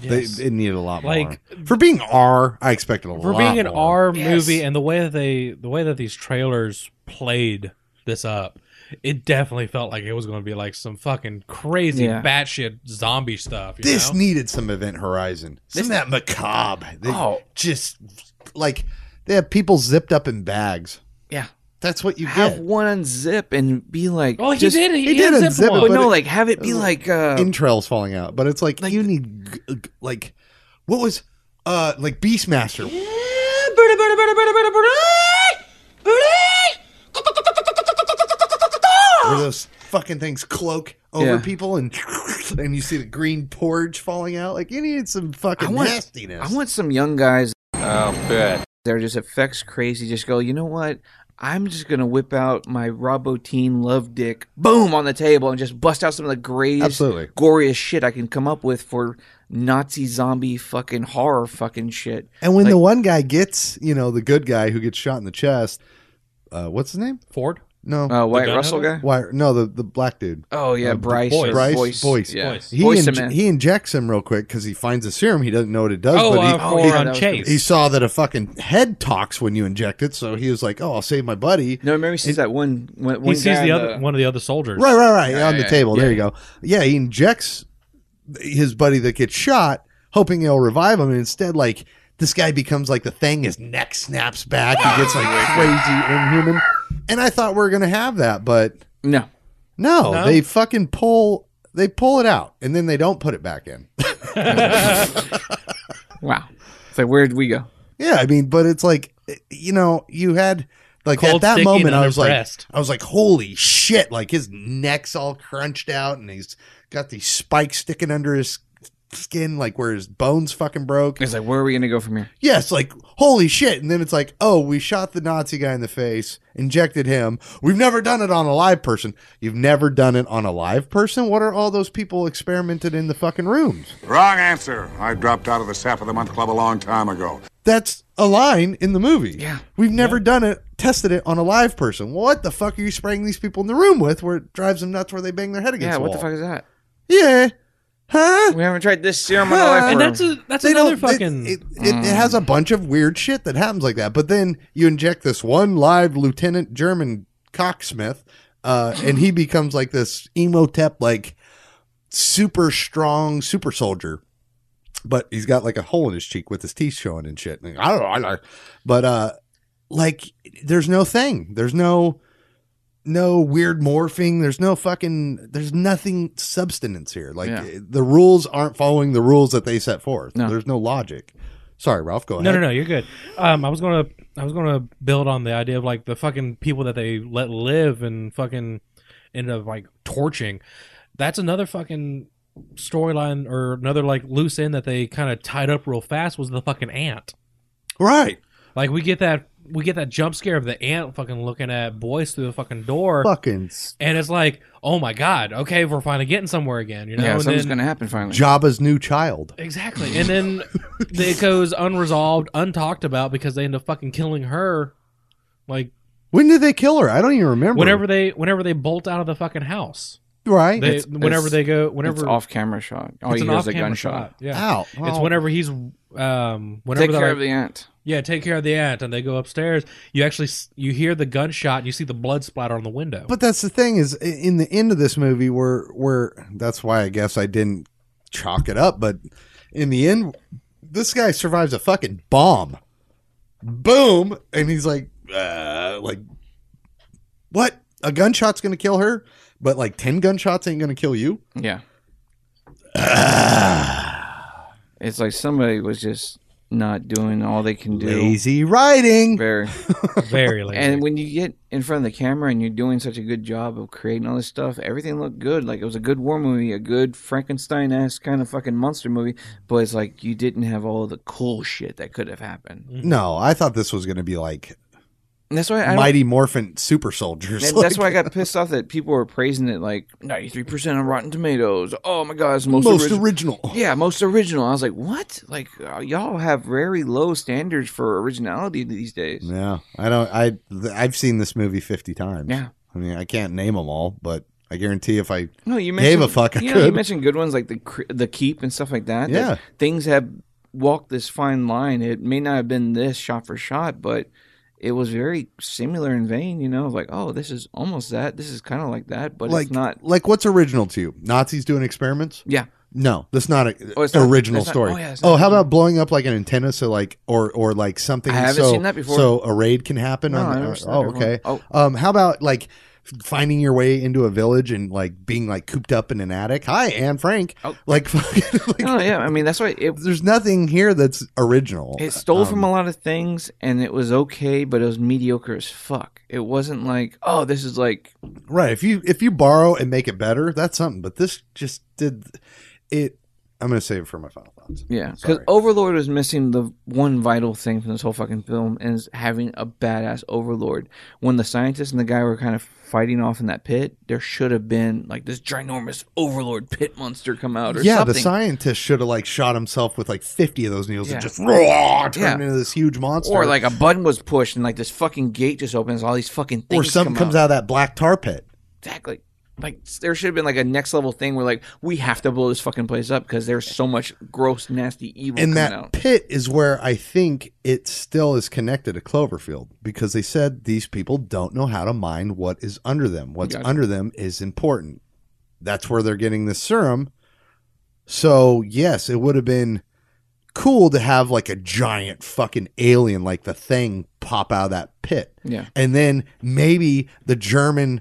Speaker 16: Yes.
Speaker 15: They, it needed a lot
Speaker 16: Like-
Speaker 15: more. For being R, I expected a
Speaker 16: for
Speaker 15: lot
Speaker 16: being an
Speaker 15: more.
Speaker 16: R movie and the way that they the way that these trailers played this up, it definitely felt like it was going to be like some fucking crazy
Speaker 14: Yeah.
Speaker 16: batshit zombie stuff. You
Speaker 15: This
Speaker 16: know?
Speaker 15: needed some Event Horizon. Some of that macabre. They
Speaker 14: Oh.
Speaker 15: Just like they have people zipped up in bags.
Speaker 14: Yeah.
Speaker 15: That's what you
Speaker 14: Have
Speaker 15: get.
Speaker 14: one unzip and be like
Speaker 16: oh, he
Speaker 14: just-
Speaker 16: did. He,
Speaker 15: he did
Speaker 16: unzipped
Speaker 15: unzip it,
Speaker 16: one.
Speaker 14: But
Speaker 15: But
Speaker 14: no,
Speaker 15: it-
Speaker 14: like have it be like uh
Speaker 15: entrails falling out. But it's like,
Speaker 14: Like-
Speaker 15: you need g- g- like what was uh like Beastmaster. Where those fucking things cloak over
Speaker 14: Yeah.
Speaker 15: people and and you see the green porridge falling out. Like you need some fucking
Speaker 14: I want-
Speaker 15: nastiness.
Speaker 14: I want some young guys
Speaker 10: I'll bet.
Speaker 14: that are just effects crazy, just go, you know what? I'm just gonna whip out my Robotine love dick, boom, on the table and just bust out some of the greatest
Speaker 15: Absolutely.
Speaker 14: goriest shit I can come up with for Nazi zombie fucking horror fucking shit.
Speaker 15: And when
Speaker 14: Like-
Speaker 15: the one guy gets, you know, the good guy who gets shot in the chest, uh, what's his name?
Speaker 16: Ford.
Speaker 15: No,
Speaker 14: Uh, White
Speaker 16: gun
Speaker 14: Russell
Speaker 16: holder?
Speaker 14: guy?
Speaker 15: why? No, the the black dude.
Speaker 14: Oh yeah,
Speaker 15: Uh,
Speaker 14: Bryce.
Speaker 16: Boyce.
Speaker 14: or
Speaker 15: Bryce
Speaker 14: Boyce.
Speaker 15: Boyce.
Speaker 14: Yeah.
Speaker 16: Boyce.
Speaker 15: He
Speaker 14: Boyce the
Speaker 15: inj-
Speaker 14: man.
Speaker 15: he injects him real quick because he finds a serum. He doesn't know what it does,
Speaker 16: Oh,
Speaker 15: but he,
Speaker 16: uh, for
Speaker 14: yeah, that
Speaker 16: on
Speaker 14: was
Speaker 16: Chase.
Speaker 15: he saw that a fucking head talks when you inject it, so he was like, "Oh, I'll save my buddy."
Speaker 14: No, remember he sees that one. one
Speaker 16: He
Speaker 14: one
Speaker 16: sees
Speaker 14: guy
Speaker 16: the
Speaker 14: on
Speaker 16: other one of the other soldiers.
Speaker 15: Right, right, right. on the
Speaker 14: yeah,
Speaker 15: table. There you go. Yeah, he injects his buddy that gets shot, hoping he'll revive him. And instead, like this guy becomes like the thing. His neck snaps back. He gets like crazy inhuman. And I thought we were gonna have that, but
Speaker 14: No,
Speaker 15: no,
Speaker 16: No?
Speaker 15: they fucking pull. They pull it out and then they don't put it back in.
Speaker 14: wow. It's like where did we go?
Speaker 15: Yeah, I mean, but it's like eh, you know, you had like
Speaker 16: Cold,
Speaker 15: at that
Speaker 16: sticky,
Speaker 15: moment, I was
Speaker 16: unimpressed.
Speaker 15: like, I was like, holy shit! Like his neck's all crunched out, and he's got these spikes sticking under his skin, like where his bones fucking broke.
Speaker 14: It's like where are we gonna go from here?
Speaker 15: Yes, like holy shit! And then it's like, oh, we shot the Nazi guy in the face, injected him. We've never done it on a live person. You've never done it on a live person. What are all those people experimented in the fucking rooms?
Speaker 12: Wrong answer. I dropped out of the Sap of the Month Club a long time ago.
Speaker 15: That's a line in the movie.
Speaker 14: Yeah.
Speaker 15: We've never done it, tested it on a live person. What the fuck are you spraying these people in the room with where it drives them nuts where they bang their head against
Speaker 14: Yeah, what the
Speaker 15: wall?
Speaker 14: fuck is that?
Speaker 15: Yeah. Huh?
Speaker 14: We haven't tried this serum on the life
Speaker 16: And
Speaker 14: form.
Speaker 16: that's a, that's another
Speaker 15: they-
Speaker 16: fucking. Mm.
Speaker 15: It, it, it has a bunch of weird shit that happens like that. But then you inject this one live Lieutenant German cocksmith, uh, and he becomes like this emotep, like super strong super soldier. But he's got like a hole in his cheek with his teeth showing and shit. And I don't know, I like, but uh, like there's no thing, there's no no weird morphing. There's no fucking. There's nothing substance here. Like
Speaker 14: Yeah.
Speaker 15: the rules aren't following the rules that they set forth.
Speaker 14: No.
Speaker 15: There's no logic. Sorry, Ralph. Go ahead.
Speaker 16: no, no, no. You're good. Um, I was gonna I was gonna build on the idea of like the fucking people that they let live and fucking end up like torching. That's another fucking storyline or another like loose end that they kind of tied up real fast was the fucking ant.
Speaker 15: Right.
Speaker 16: Like we get that we get that jump scare of the ant fucking looking at boys through the fucking door,
Speaker 15: Fucking s-
Speaker 16: and it's like, oh my god, okay, we're finally getting somewhere again, you know?
Speaker 14: yeah,
Speaker 16: and
Speaker 14: something's
Speaker 16: then-
Speaker 14: gonna happen finally.
Speaker 15: Jabba's new child.
Speaker 16: Exactly. And then it goes unresolved, untalked about because they end up fucking killing her. Like
Speaker 15: When did they kill her? I don't even remember.
Speaker 16: whenever they whenever they bolt out of the fucking house.
Speaker 15: Right.
Speaker 16: They
Speaker 15: It's-
Speaker 16: whenever
Speaker 14: it's-
Speaker 16: they go whenever
Speaker 14: it's off camera shot. All
Speaker 16: it's
Speaker 14: you
Speaker 16: an
Speaker 14: hear is a
Speaker 16: off-camera
Speaker 14: gunshot.
Speaker 16: Yeah.
Speaker 15: Ow.
Speaker 16: It's
Speaker 15: Oh.
Speaker 16: whenever he's um whenever
Speaker 14: Take
Speaker 16: they're
Speaker 14: care of
Speaker 16: like,
Speaker 14: the ant.
Speaker 16: yeah, take care of the ant and they go upstairs, you actually s- you hear the gunshot and you see the blood splatter on the window.
Speaker 15: But that's the thing is i- in the end of this movie where where that's why I guess I didn't chalk it up. But in the end, this guy survives a fucking bomb, boom, and he's like, uh, like, what? A gunshot's gonna kill her, but like ten gunshots ain't gonna kill you.
Speaker 14: Yeah. it's like somebody was just not doing all they can do.
Speaker 15: Lazy writing.
Speaker 14: Very.
Speaker 16: Very lazy.
Speaker 14: And when you get in front of the camera and you're doing such a good job of creating all this stuff, everything looked good. Like it was a good war movie, a good Frankenstein ass kind of fucking monster movie, but it's like you didn't have all the cool shit that could have happened.
Speaker 15: No, I thought this was gonna be like
Speaker 14: And that's why I don't-
Speaker 15: Mighty Morphin Super Soldiers.
Speaker 14: And that's why I got pissed off that people were praising it like 93% on Rotten Tomatoes. Oh my God, it's the most,
Speaker 15: most
Speaker 14: original.
Speaker 15: original.
Speaker 14: yeah, most original. I was like, what? Like, uh, y'all have very low standards for originality these days.
Speaker 15: Yeah, I don't. I th- I've seen this movie fifty times.
Speaker 14: Yeah.
Speaker 15: I mean, I can't name them all, but I guarantee if I
Speaker 14: No, you
Speaker 15: Gave
Speaker 14: mentioned,
Speaker 15: a fuck, I
Speaker 14: you, know, you
Speaker 15: could.
Speaker 14: mentioned good ones like the Cre- the keep and stuff like that. that
Speaker 15: Yeah.
Speaker 14: things have walked this fine line. It may not have been this shot for shot, but it was very similar in vein. You know, like oh, this is almost that. This is kind of like that, but
Speaker 15: like
Speaker 14: it's not.
Speaker 15: like what's original to you? Nazis doing experiments?
Speaker 14: Yeah,
Speaker 15: No, that's not a
Speaker 14: Oh, it's not-
Speaker 15: original
Speaker 14: that's not-
Speaker 15: story.
Speaker 14: oh, yeah, it's
Speaker 15: oh,
Speaker 14: not-
Speaker 15: how about blowing up like an antenna so like or or like something?
Speaker 14: I haven't
Speaker 15: so,
Speaker 14: seen that before.
Speaker 15: So a raid can happen.
Speaker 14: No,
Speaker 15: on,
Speaker 14: I never
Speaker 15: or-
Speaker 14: seen that
Speaker 15: oh,
Speaker 14: before.
Speaker 15: okay.
Speaker 14: Oh.
Speaker 15: Um, how about like finding your way into a village and like being like cooped up in an attic? Hi, Anne Frank.
Speaker 14: Oh.
Speaker 15: Like, fucking, like
Speaker 14: no, Oh, yeah. I mean, that's why it
Speaker 15: there's nothing here that's original. Um,
Speaker 14: It stole from a lot of things, and it was okay, but it was mediocre as fuck. It wasn't like, oh, this is like,
Speaker 15: Right. If you if you borrow and make it better, that's something. But this just did it. I'm going to save it for my final thoughts.
Speaker 14: yeah, because
Speaker 15: Sorry.
Speaker 14: Overlord was missing the one vital thing from this whole fucking film, and is having a badass Overlord. When the scientist and the guy were kind of fighting off in that pit, there should have been like this ginormous Overlord pit monster come out or
Speaker 15: yeah,
Speaker 14: oh, something.
Speaker 15: the scientist should have like shot himself with like 50 of those needles
Speaker 14: Yeah.
Speaker 15: and just roar, turned
Speaker 14: Yeah.
Speaker 15: into this huge monster,
Speaker 14: or like a button was pushed and like this fucking gate just opens, all these fucking
Speaker 15: or
Speaker 14: things.
Speaker 15: something
Speaker 14: come
Speaker 15: comes out of that black tar pit.
Speaker 14: exactly. Like there should have been like a next level thing where like we have to blow this fucking place up because there's so much gross, nasty evil
Speaker 15: And
Speaker 14: coming
Speaker 15: that
Speaker 14: out.
Speaker 15: pit is where I think it still is connected to Cloverfield because they said these people don't know how to mine what is under them. What's
Speaker 14: Gotcha.
Speaker 15: under them is important. That's where they're getting the serum. So, yes, it would have been cool to have like a giant fucking alien, like the thing, pop out of that pit.
Speaker 14: Yeah.
Speaker 15: And then maybe the German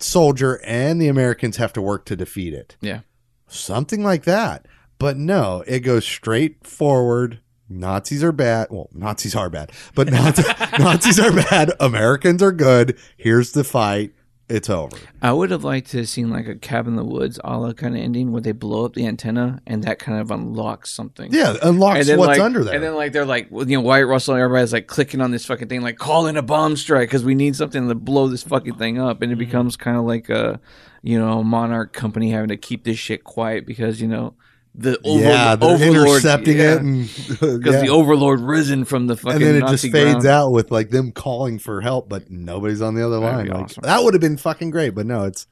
Speaker 15: soldier and the Americans have to work to defeat it
Speaker 14: Yeah.
Speaker 15: something like that. But no, it goes straight forward. Nazis are bad. Well, Nazis are bad, but Nazi, Nazis are bad. Americans are good. Here's the fight. It's over.
Speaker 14: I would have liked to have seen like a cabin in the woods a la kind of ending where they blow up the antenna and that kind of unlocks something.
Speaker 15: Yeah, unlocks
Speaker 14: And then,
Speaker 15: what's
Speaker 14: like,
Speaker 15: under there.
Speaker 14: And then like they're like well, you know, Wyatt Russell and everybody's like clicking on this fucking thing, like call in a bomb strike because we need something to blow this fucking thing up. And it becomes kind of like a you know, monarch company having to keep this shit quiet because, you know, the over-
Speaker 15: yeah, they're
Speaker 14: overlord
Speaker 15: intercepting
Speaker 14: yeah.
Speaker 15: it, and
Speaker 14: because
Speaker 15: yeah.
Speaker 14: the overlord risen from the fucking
Speaker 15: and then it
Speaker 14: Nazi
Speaker 15: just fades
Speaker 14: ground.
Speaker 15: out with like them calling for help, but nobody's on the other
Speaker 14: That'd
Speaker 15: line.
Speaker 14: be
Speaker 15: Like,
Speaker 14: awesome.
Speaker 15: That would have been fucking great, but no, it's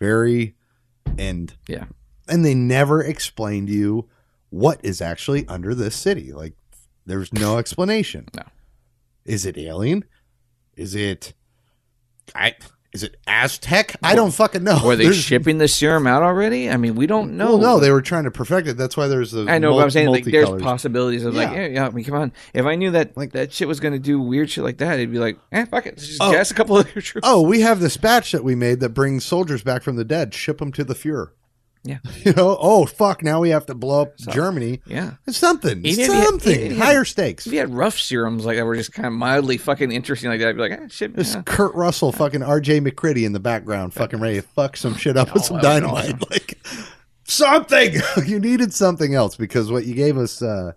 Speaker 15: very end.
Speaker 14: Yeah.
Speaker 15: and they never explain to you what is actually under this city. Like, there's no explanation.
Speaker 14: No.
Speaker 15: Is it alien? Is it? I is it Aztec? I don't fucking know.
Speaker 14: Were they
Speaker 15: There's-
Speaker 14: shipping the serum out already? I mean, we don't know.
Speaker 15: Well, no, they were trying to perfect it. That's why there's the.
Speaker 14: I know,
Speaker 15: mul-
Speaker 14: but I'm saying like there's
Speaker 15: multicolors.
Speaker 14: possibilities of like,
Speaker 15: Yeah.
Speaker 14: yeah, yeah. I mean, come on. If I knew that
Speaker 15: Like-
Speaker 14: that shit was gonna do weird shit like that, it'd be like, eh, fuck it, let's just
Speaker 15: Oh.
Speaker 14: gas a couple of your troops.
Speaker 15: Oh, we have this batch that we made that brings soldiers back from the dead. Ship them to the Fuhrer.
Speaker 14: Yeah.
Speaker 15: You know. Oh fuck! Now we have to blow up Germany.
Speaker 14: Yeah.
Speaker 15: It's something. It's
Speaker 14: Even if you had-
Speaker 15: something.
Speaker 14: even if you had-
Speaker 15: Higher stakes.
Speaker 14: If you had rough serums like that were just kind of mildly fucking interesting like that, I'd be like, eh, shit.
Speaker 15: There's
Speaker 14: yeah.
Speaker 15: Kurt Russell, fucking R.J. McCready in the background, fucking ready to fuck some shit up
Speaker 14: Oh,
Speaker 15: with some dynamite. Like something. you needed something else because what you gave us, uh,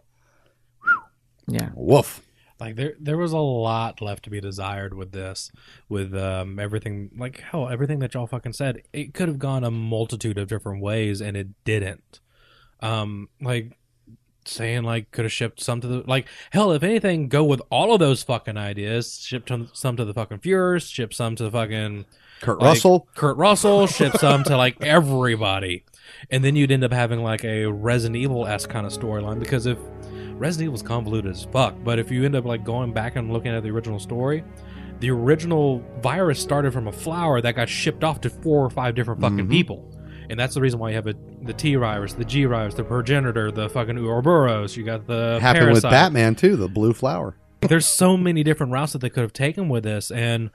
Speaker 14: Yeah.
Speaker 15: woof.
Speaker 16: like there there was a lot left to be desired with this with um everything like hell everything that y'all fucking said it could have gone a multitude of different ways and it didn't um like saying like could have shipped some to the like hell if anything go with all of those fucking ideas ship some- some to the fucking Fuhrers, ship some to the fucking
Speaker 15: Kurt
Speaker 16: like,
Speaker 15: Russell.
Speaker 16: Kurt Russell ships them to like everybody, and then you'd end up having like a Resident Evil esque kind of storyline because if Resident Evil's convoluted as fuck, but if you end up like going back and looking at the original story, the original
Speaker 15: Mm-hmm.
Speaker 16: virus started from a flower that got shipped off to four or five different fucking people, and that's the reason why you have a the T Riders, the G Riders, the Progenitor, the fucking Ouroboros. You got the
Speaker 15: Happened with
Speaker 16: Parasite.
Speaker 15: Batman too, the blue flower.
Speaker 16: There's so many different routes that they could have taken with this, and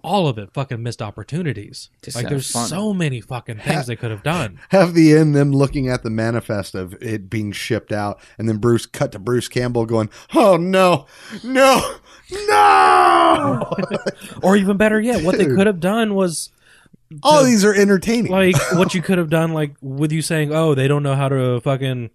Speaker 16: all of it fucking missed opportunities.
Speaker 14: Just
Speaker 16: like
Speaker 14: have
Speaker 16: there's
Speaker 14: fun.
Speaker 16: so many fucking things they could have done.
Speaker 15: Have the end them looking at the manifest of it being shipped out, and then Bruce cut to Bruce Campbell going, "Oh no, no, no!"
Speaker 16: Or even better yet, what they
Speaker 15: Dude.
Speaker 16: could have done was
Speaker 15: All these are entertaining.
Speaker 16: like what you could have done like with you saying oh they don't know how to fucking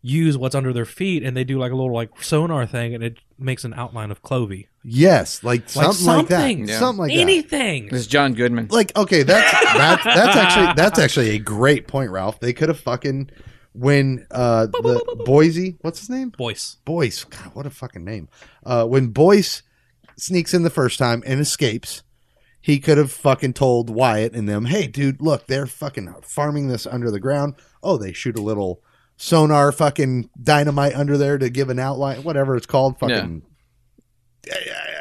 Speaker 16: use what's under their feet and they do like a little like sonar thing and it makes an outline of clovey
Speaker 15: yes, like something like,
Speaker 16: something.
Speaker 15: that.
Speaker 14: Uh, Yeah.
Speaker 15: Something like that.
Speaker 16: anything
Speaker 14: It's John Goodman.
Speaker 15: like okay that's that's that's actually that's actually a great point ralph they could have fucking when uh the boise what's his name
Speaker 16: voice
Speaker 15: boyce god what a fucking name uh when boyce sneaks in the first time and escapes he could have fucking told wyatt and them hey dude look they're fucking farming this under the ground oh they shoot a little sonar fucking dynamite under there to give an outline whatever it's called fucking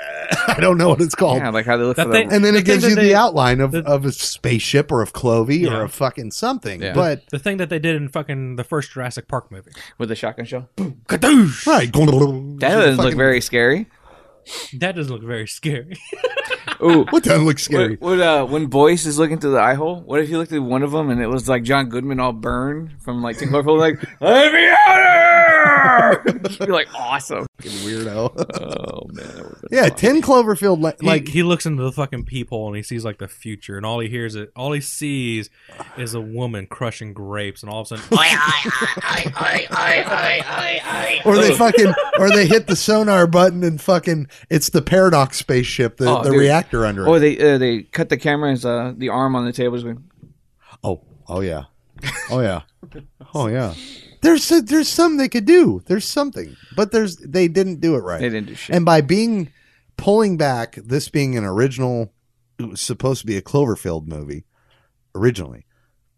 Speaker 15: i don't know what it's called
Speaker 14: Yeah, like how they look
Speaker 16: That
Speaker 14: for
Speaker 16: thing-
Speaker 14: the.
Speaker 15: and then
Speaker 16: The
Speaker 15: it gives
Speaker 16: thing
Speaker 15: you
Speaker 16: that
Speaker 15: the
Speaker 16: they-
Speaker 15: outline of,
Speaker 16: the-
Speaker 15: of a spaceship or of Clovey or
Speaker 16: Yeah.
Speaker 15: a fucking something.
Speaker 14: Yeah.
Speaker 15: But
Speaker 16: the thing that they did in fucking the first Jurassic Park movie.
Speaker 14: with the shotgun shell.
Speaker 15: right, that doesn't
Speaker 14: That doesn't look very scary.
Speaker 16: That doesn't look very scary.
Speaker 14: Ooh.
Speaker 15: What doesn't look scary?
Speaker 14: What, what, uh, when Boyce is looking through the eye hole, what if he looked at one of them and it was like John Goodman all burned from like Tim Cloverfield, like "Let me out of here!" It'd be like awesome.
Speaker 15: Weirdo.
Speaker 14: Oh man, that would've been
Speaker 15: yeah,
Speaker 14: fun.
Speaker 15: ten Cloverfield li-
Speaker 16: like
Speaker 15: like
Speaker 16: he looks into the fucking peephole and he sees like the future and all he hears it all he sees is a woman crushing grapes and all of a sudden
Speaker 15: or they fucking or they hit the sonar button and fucking it's the paradox spaceship, the,
Speaker 14: Oh,
Speaker 15: the
Speaker 14: dude.
Speaker 15: reactor under
Speaker 14: Or
Speaker 15: it.
Speaker 14: they uh, they cut the camera and uh, the arm on the table is going.
Speaker 15: Oh, oh yeah. Oh yeah. Oh yeah. There's a, there's some they could do. There's something. But there's they didn't do it right.
Speaker 14: They didn't do shit.
Speaker 15: And by being pulling back, this being an original, it was supposed to be a Cloverfield movie originally.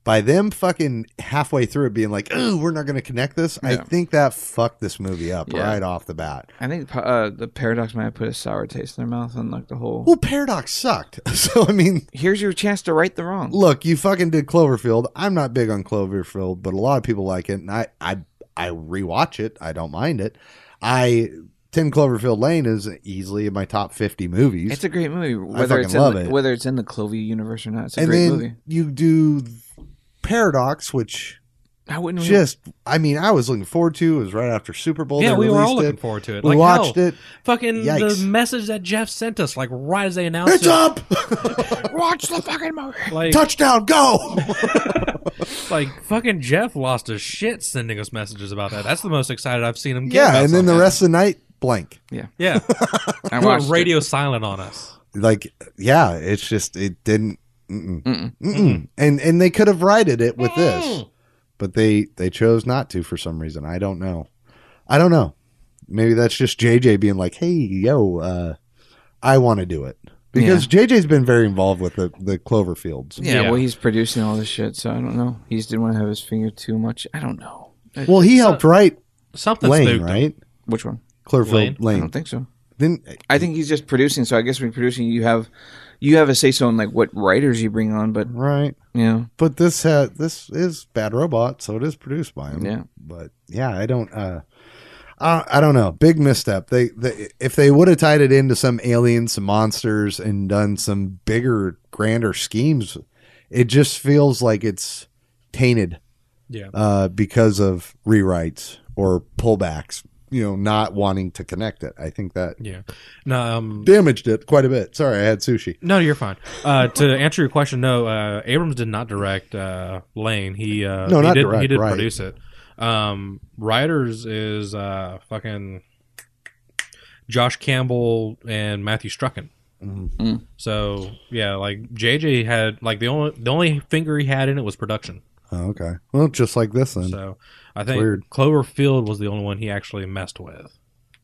Speaker 15: By them fucking halfway through it being like, "Oh, we're not going to connect this," I
Speaker 14: Yeah.
Speaker 15: think that fucked this movie up
Speaker 14: Yeah.
Speaker 15: right off the bat.
Speaker 14: I think uh, the paradox might have put a sour taste in their mouth and like the whole.
Speaker 15: Well, Paradox sucked. So I mean,
Speaker 14: Here's your chance to right the wrong.
Speaker 15: look, you fucking did Cloverfield. I'm not big on Cloverfield, but a lot of people like it, and I I I rewatch it. I don't mind it. I Ten Cloverfield Lane is easily in my top fifty movies.
Speaker 14: It's a great movie, whether
Speaker 15: fucking
Speaker 14: it's in
Speaker 15: love
Speaker 14: the,
Speaker 15: it.
Speaker 14: whether it's in the Clovey universe or not. It's a
Speaker 15: and
Speaker 14: great
Speaker 15: then
Speaker 14: movie.
Speaker 15: you do Paradox, which
Speaker 14: I wouldn't
Speaker 16: Oh,
Speaker 14: really-
Speaker 15: just I mean I was looking forward to. It was right after Super Bowl.
Speaker 16: yeah,
Speaker 15: they
Speaker 16: we were
Speaker 15: released
Speaker 16: all looking
Speaker 15: it.
Speaker 16: forward to it.
Speaker 15: We
Speaker 16: like,
Speaker 15: watched
Speaker 16: hell,
Speaker 15: it.
Speaker 16: Fucking
Speaker 15: Yikes.
Speaker 16: the message that Jeff sent us, like right as they announced
Speaker 15: It's
Speaker 16: it.
Speaker 15: up!
Speaker 14: watch the fucking movie.
Speaker 16: Like,
Speaker 15: Touchdown! Go!
Speaker 16: like fucking Jeff lost his shit sending us messages about that. That's the most excited I've seen him. Get
Speaker 15: yeah,
Speaker 16: about
Speaker 15: and then the
Speaker 16: something.
Speaker 15: rest of the night blank.
Speaker 16: yeah,
Speaker 14: I
Speaker 16: He went
Speaker 14: watched
Speaker 16: radio silent on us.
Speaker 15: Like yeah, it's just it didn't. Mm-mm.
Speaker 14: It. Mm-mm.
Speaker 15: Mm-mm. And and they could have righted it with this, but they they chose not to for some reason. I don't know. I don't know. Maybe that's just JJ being like, "Hey, yo, uh, I want to do it." Because JJ's been very involved with the the Cloverfields.
Speaker 14: Yeah,
Speaker 16: Yeah.
Speaker 14: well, he's producing all this shit, so I don't know. He just didn't want to have his finger too much. I don't know
Speaker 15: Well, he helped write
Speaker 16: Something
Speaker 15: Lane,
Speaker 16: spooked him.
Speaker 15: right?
Speaker 14: which one.
Speaker 15: Cloverfield Lane.
Speaker 14: I don't think so.
Speaker 15: Then
Speaker 14: I think he's just producing. So I guess when you're producing, you have you have a say so in like what writers you bring on. But
Speaker 15: right,
Speaker 14: you know,
Speaker 15: but this ha- this is Bad Robot, so it is produced by him.
Speaker 14: Yeah.
Speaker 15: but yeah, I don't. uh I I don't know. Big misstep. They, they if they would have tied it into some aliens, some monsters, and done some bigger, grander schemes, it just feels like it's tainted
Speaker 16: Yeah,
Speaker 15: uh, because of rewrites or pullbacks. You know, not wanting to connect it. I think that
Speaker 16: yeah. No, um,
Speaker 15: damaged it quite a bit. Sorry, I had sushi.
Speaker 16: No, you're fine. Uh, to answer your question, no, uh, Abrams did not direct uh, Lane. He uh,
Speaker 15: No,
Speaker 16: he
Speaker 15: not
Speaker 16: did,
Speaker 15: direct,
Speaker 16: He did
Speaker 15: right.
Speaker 16: produce it. Um, writers is uh, fucking Josh Campbell and Matthew Strucken. So yeah, like JJ had like the only the only finger he had in it was production.
Speaker 15: Oh, okay. Well, just like this then.
Speaker 16: So I think
Speaker 15: weird.
Speaker 16: Cloverfield was the only one he actually messed with.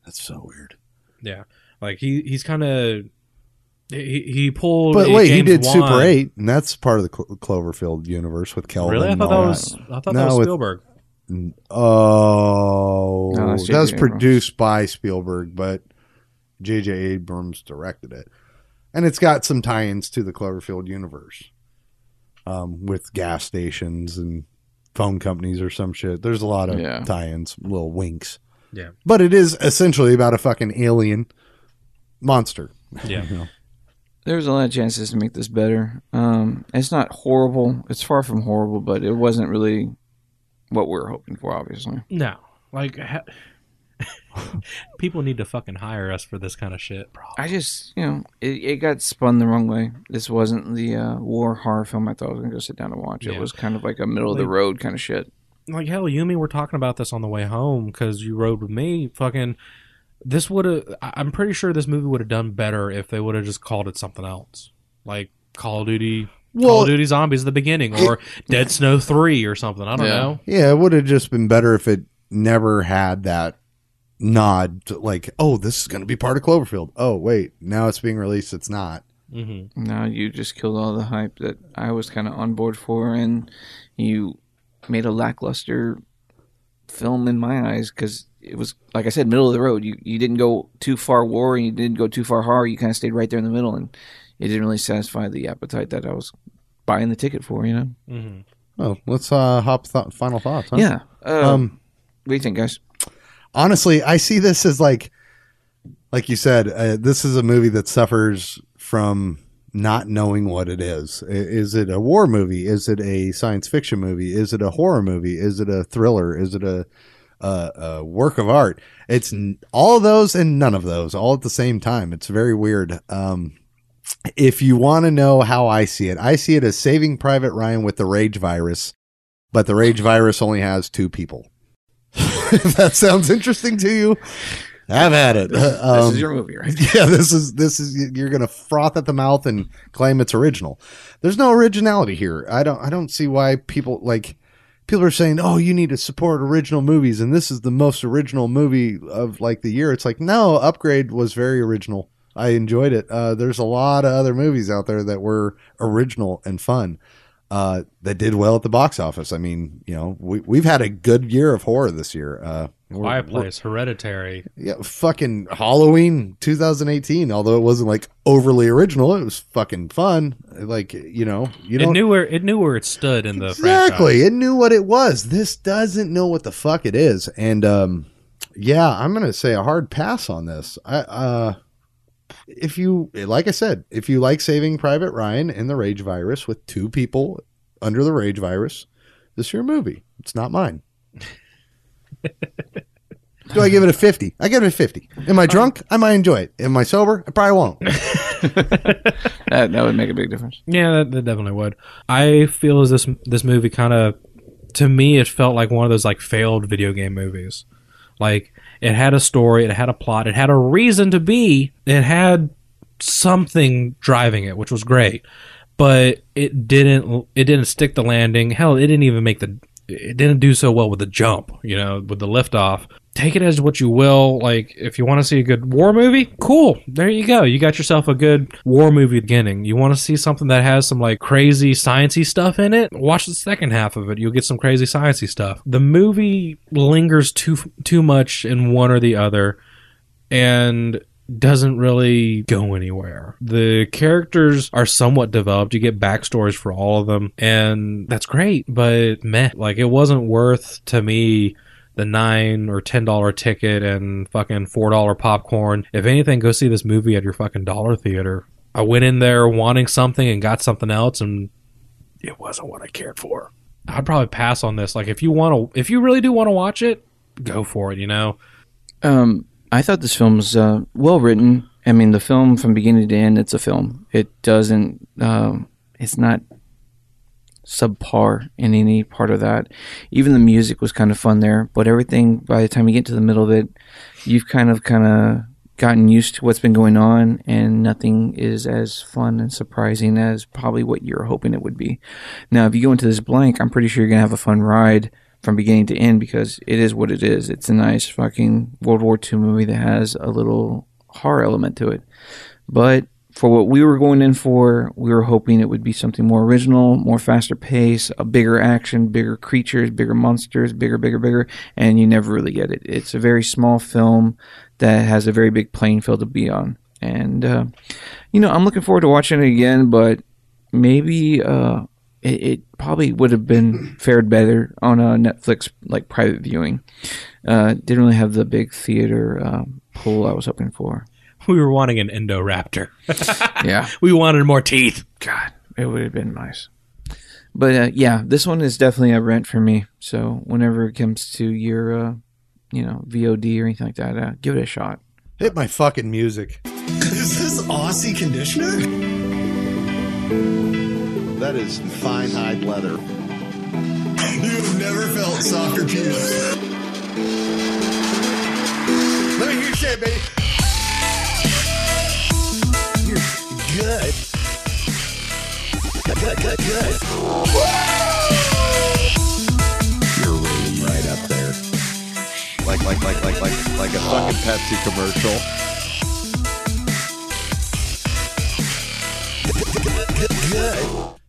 Speaker 15: That's so weird.
Speaker 16: Yeah, like he he's kind of he, he pulled.
Speaker 15: But
Speaker 16: a
Speaker 15: wait, he
Speaker 16: James
Speaker 15: did
Speaker 16: Wan-
Speaker 15: Super Eight, and that's part of the Clo- Cloverfield universe with Kelvin.
Speaker 16: Really, I
Speaker 15: and
Speaker 16: thought that
Speaker 15: all
Speaker 16: was I thought
Speaker 15: Oh, No,
Speaker 16: that was
Speaker 15: with-
Speaker 16: Spielberg.
Speaker 15: Oh,
Speaker 14: No, that's
Speaker 15: that was
Speaker 14: J.J. Abrams.
Speaker 15: produced by Spielberg, but J.J. Abrams directed it, and it's got some tie-ins to the Cloverfield universe, um, with gas stations and phone companies or some shit. There's a lot of
Speaker 14: Yeah.
Speaker 15: tie-ins, little winks.
Speaker 16: Yeah.
Speaker 15: But it is essentially about a fucking alien monster.
Speaker 16: Yeah.
Speaker 15: You know?
Speaker 14: There's a lot of chances to make this better. Um, it's not horrible. It's far from horrible, but it wasn't really what we were hoping for, obviously.
Speaker 16: No, like ha- people need to fucking hire us for this kind of shit, bro.
Speaker 14: I just, you know, it, it got spun the wrong way. This wasn't the uh, war horror film I thought I was going to go sit down and watch.
Speaker 16: Yeah.
Speaker 14: It was kind of like a middle of the
Speaker 16: Like-
Speaker 14: road kind of shit.
Speaker 16: Like hell, you and me were talking about this on the way home because you rode with me. Fucking, this would have. I'm pretty sure this movie would have done better if they would have just called it something else, like Call of Duty. Call
Speaker 15: Well-
Speaker 16: of Duty Zombies at the beginning, or Dead Snow Three, or something. I don't
Speaker 14: Yeah.
Speaker 16: know.
Speaker 15: Yeah, it would have just been better if it never had that nod to like, oh, this is going to be part of Cloverfield. Oh, wait, now it's being released. It's not.
Speaker 16: hmm
Speaker 14: Now you just killed all the hype that I was kind of on board for, and you made a lackluster film in my eyes because it was, like I said, middle of the road. You you didn't go too far war, and you didn't go too far horror. You kind of stayed right there in the middle, and it didn't really satisfy the appetite that I was buying the ticket for. You know?
Speaker 16: hmm
Speaker 15: Oh, let's uh, hop th- final thoughts. Huh?
Speaker 14: Yeah. Uh,
Speaker 15: Um,
Speaker 14: what do you think, guys?
Speaker 15: honestly, I see this as like, like you said, uh, this is a movie that suffers from not knowing what it is. I- Is it a war movie? Is it a science fiction movie? Is it a horror movie? Is it a thriller? Is it a a, a work of art? It's n- all of those and none of those all at the same time. It's very weird. Um, if you want to know how I see it, I see it as Saving Private Ryan with the rage virus, but the rage virus only has two people if that sounds interesting to you, I've had it.
Speaker 14: This
Speaker 15: Um,
Speaker 14: is your movie, right?
Speaker 15: yeah, this is this is you're gonna froth at the mouth and claim it's original. There's no originality here. I don't I don't see why people like people are saying, oh, you need to support original movies, and this is the most original movie of like the year. It's like no, Upgrade was very original. I enjoyed it. Uh, there's a lot of other movies out there that were original and fun uh, that did well at the box office. I mean, you know, we, we've had a good year of horror this year. Uh, we're-
Speaker 16: Quiet
Speaker 15: we're-
Speaker 16: Place, Hereditary.
Speaker 15: yeah, fucking Halloween 2018. Although it wasn't like overly original, it was fucking fun. Like you know, you
Speaker 16: It
Speaker 15: don't
Speaker 16: knew where it knew where it stood in the
Speaker 15: exactly.
Speaker 16: franchise.
Speaker 15: It knew what it was. This doesn't know what the fuck it is. And um, yeah, I'm gonna say a hard pass on this. I uh, if you like, I said, if you like Saving Private Ryan and the Rage Virus with two people under the Rage Virus, this is your movie. It's not mine. Do I give it a 50? I give it a 50. Am I drunk? I might enjoy it. Am I sober? I probably won't.
Speaker 14: That, that would make a big difference.
Speaker 16: Yeah, that, that definitely would. I feel as this this movie kind of, to me, it felt like one of those like failed video game movies. Like it had a story, it had a plot, it had a reason to be, it had something driving it, which was great. But it didn't it didn't stick the landing. Hell, it didn't even make the it didn't do so well with the jump, you know, with the liftoff. Take it as what you will. Like, if you want to see a good war movie, cool. There you go. You got yourself a good war movie beginning. You want to see something that has some like crazy sciency stuff in it? Watch the second half of it. You'll get some crazy sciency stuff. The movie lingers too too much in one or the other and doesn't really go anywhere. The characters are somewhat developed. You get backstories for all of them, and that's great, but meh. Like, it wasn't worth to me the nine or ten dollar ticket and fucking four dollar popcorn. If anything, go see this movie at your fucking dollar theater. I went in there wanting something and got something else, and it wasn't what I cared for. I'd probably pass on this. Like, if you want to, if you really do want to watch it, go for it. You know,
Speaker 14: Um, I thought this film was uh, well written. I mean, the film from beginning to end, it's a film. It doesn't. Um, it's not subpar in any part of that. Even the music was kind of fun there, but everything by the time you get to the middle of it, you've kind of kind of gotten used to what's been going on, and nothing is as fun and surprising as probably what you're hoping it would be. Now, if you go into this blank, I'm pretty sure you're gonna have a fun ride from beginning to end because it is what it is. It's a nice fucking World War II movie that has a little horror element to it. But for what we were going in for, we were hoping it would be something more original, more faster pace, a bigger action, bigger creatures, bigger monsters, bigger, bigger, bigger, and you never really get it. It's a very small film that has a very big playing field to be on. And, uh, you know, I'm looking forward to watching it again, but maybe uh, it, it probably would have been fared better on a Netflix like private viewing. Uh, didn't really have the big theater um, pull I was hoping for.
Speaker 16: We were wanting an Endoraptor.
Speaker 14: Yeah.
Speaker 16: we wanted more teeth.
Speaker 14: God, it would have been nice. But uh, yeah, this one is definitely a rent for me. So whenever it comes to your, uh, you know, VOD or anything like that, uh, give it a shot.
Speaker 15: Hit my fucking music.
Speaker 1: Is this Aussie conditioner?
Speaker 3: That is fine hide leather.
Speaker 1: You've never felt softer penis. Let me hear your shit, baby. You're good. Good, good, good, good.
Speaker 3: You're really right up there. Like, like, like, like, like, like a fucking Pepsi commercial.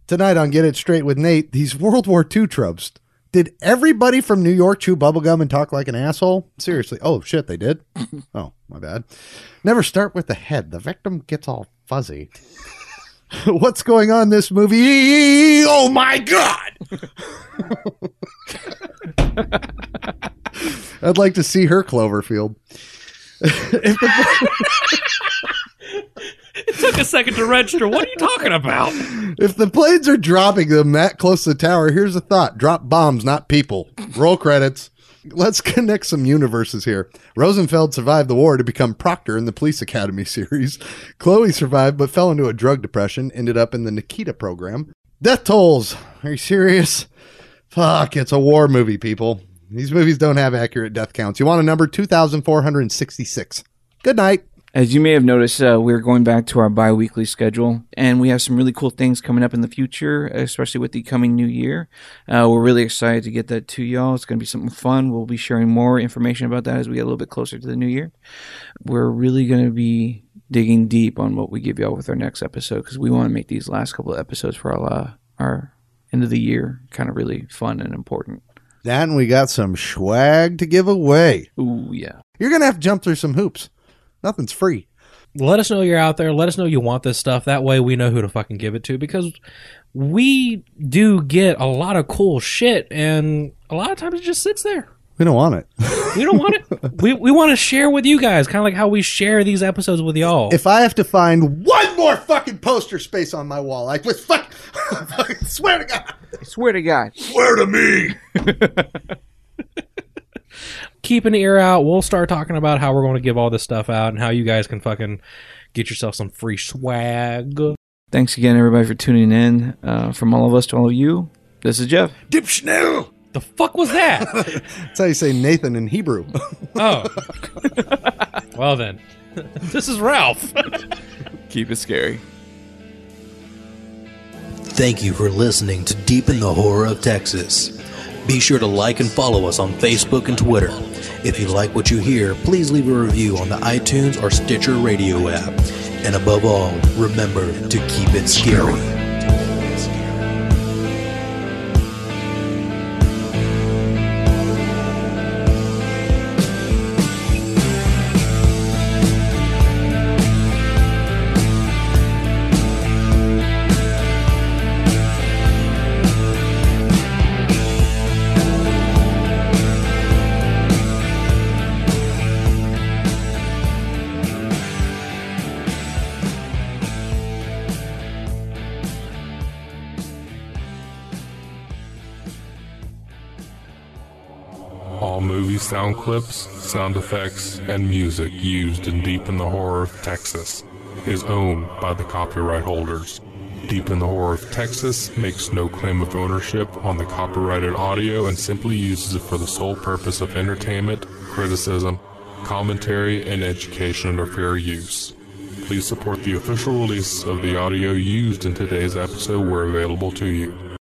Speaker 15: Tonight on Get It Straight with Nate, these World War II tropes. Did everybody from New York chew bubblegum and talk like an asshole? Seriously. Oh, shit, they did? Oh, my bad. Never start with the head. The victim gets all fuzzy. What's going on in this movie? Oh, my God! I'd like to see her Cloverfield. if the-
Speaker 16: It took a second to register. What are you talking about?
Speaker 15: If the planes are dropping them that close to the tower, here's a thought drop bombs, not people. Roll credits. Let's connect some universes here. Rosenfeld survived the war to become Proctor in the Police Academy series. Chloe survived but fell into a drug depression, ended up in the Nikita program. Death tolls. Are you serious? Fuck, it's a war movie, people. These movies don't have accurate death counts. You want a number 2,466. Good night.
Speaker 14: As you may have noticed, uh, we're going back to our bi weekly schedule, and we have some really cool things coming up in the future, especially with the coming new year. Uh, we're really excited to get that to y'all. It's going to be something fun. We'll be sharing more information about that as we get a little bit closer to the new year. We're really going to be digging deep on what we give y'all with our next episode because we want to make these last couple of episodes for our, uh, our end of the year kind of really fun and important.
Speaker 15: That and we got some swag to give away.
Speaker 14: Ooh, yeah.
Speaker 15: You're going to have to jump through some hoops. Nothing's free.
Speaker 16: Let us know you're out there. Let us know you want this stuff. That way we know who to fucking give it to because we do get a lot of cool shit and a lot of times it just sits there.
Speaker 15: We don't want it.
Speaker 16: We don't want it. we we want to share with you guys, kind of like how we share these episodes with y'all.
Speaker 15: If I have to find one more fucking poster space on my wall, I was fuck. I swear to God.
Speaker 14: I swear to God.
Speaker 15: Swear to me.
Speaker 16: keep an ear out. We'll start talking about how we're going to give all this stuff out and how you guys can fucking get yourself some free swag.
Speaker 14: Thanks again, everybody, for tuning in. Uh, from all of us to all of you, this is Jeff.
Speaker 15: Dip schnell.
Speaker 16: The fuck was that?
Speaker 15: That's how you say Nathan in Hebrew.
Speaker 16: Oh. well then. this is Ralph.
Speaker 4: Keep it scary.
Speaker 5: Thank you for listening to Deep in the Horror of Texas. Be sure to like and follow us on Facebook and Twitter. If you like what you hear, please leave a review on the iTunes or Stitcher radio app. And above all, remember to keep it scary.
Speaker 7: All movie sound clips, sound effects, and music used in Deep in the Horror of Texas is owned by the copyright holders. Deep in the Horror of Texas makes no claim of ownership on the copyrighted audio and simply uses it for the sole purpose of entertainment, criticism, commentary, and education or fair use. Please support the official release of the audio used in today's episode where available to you.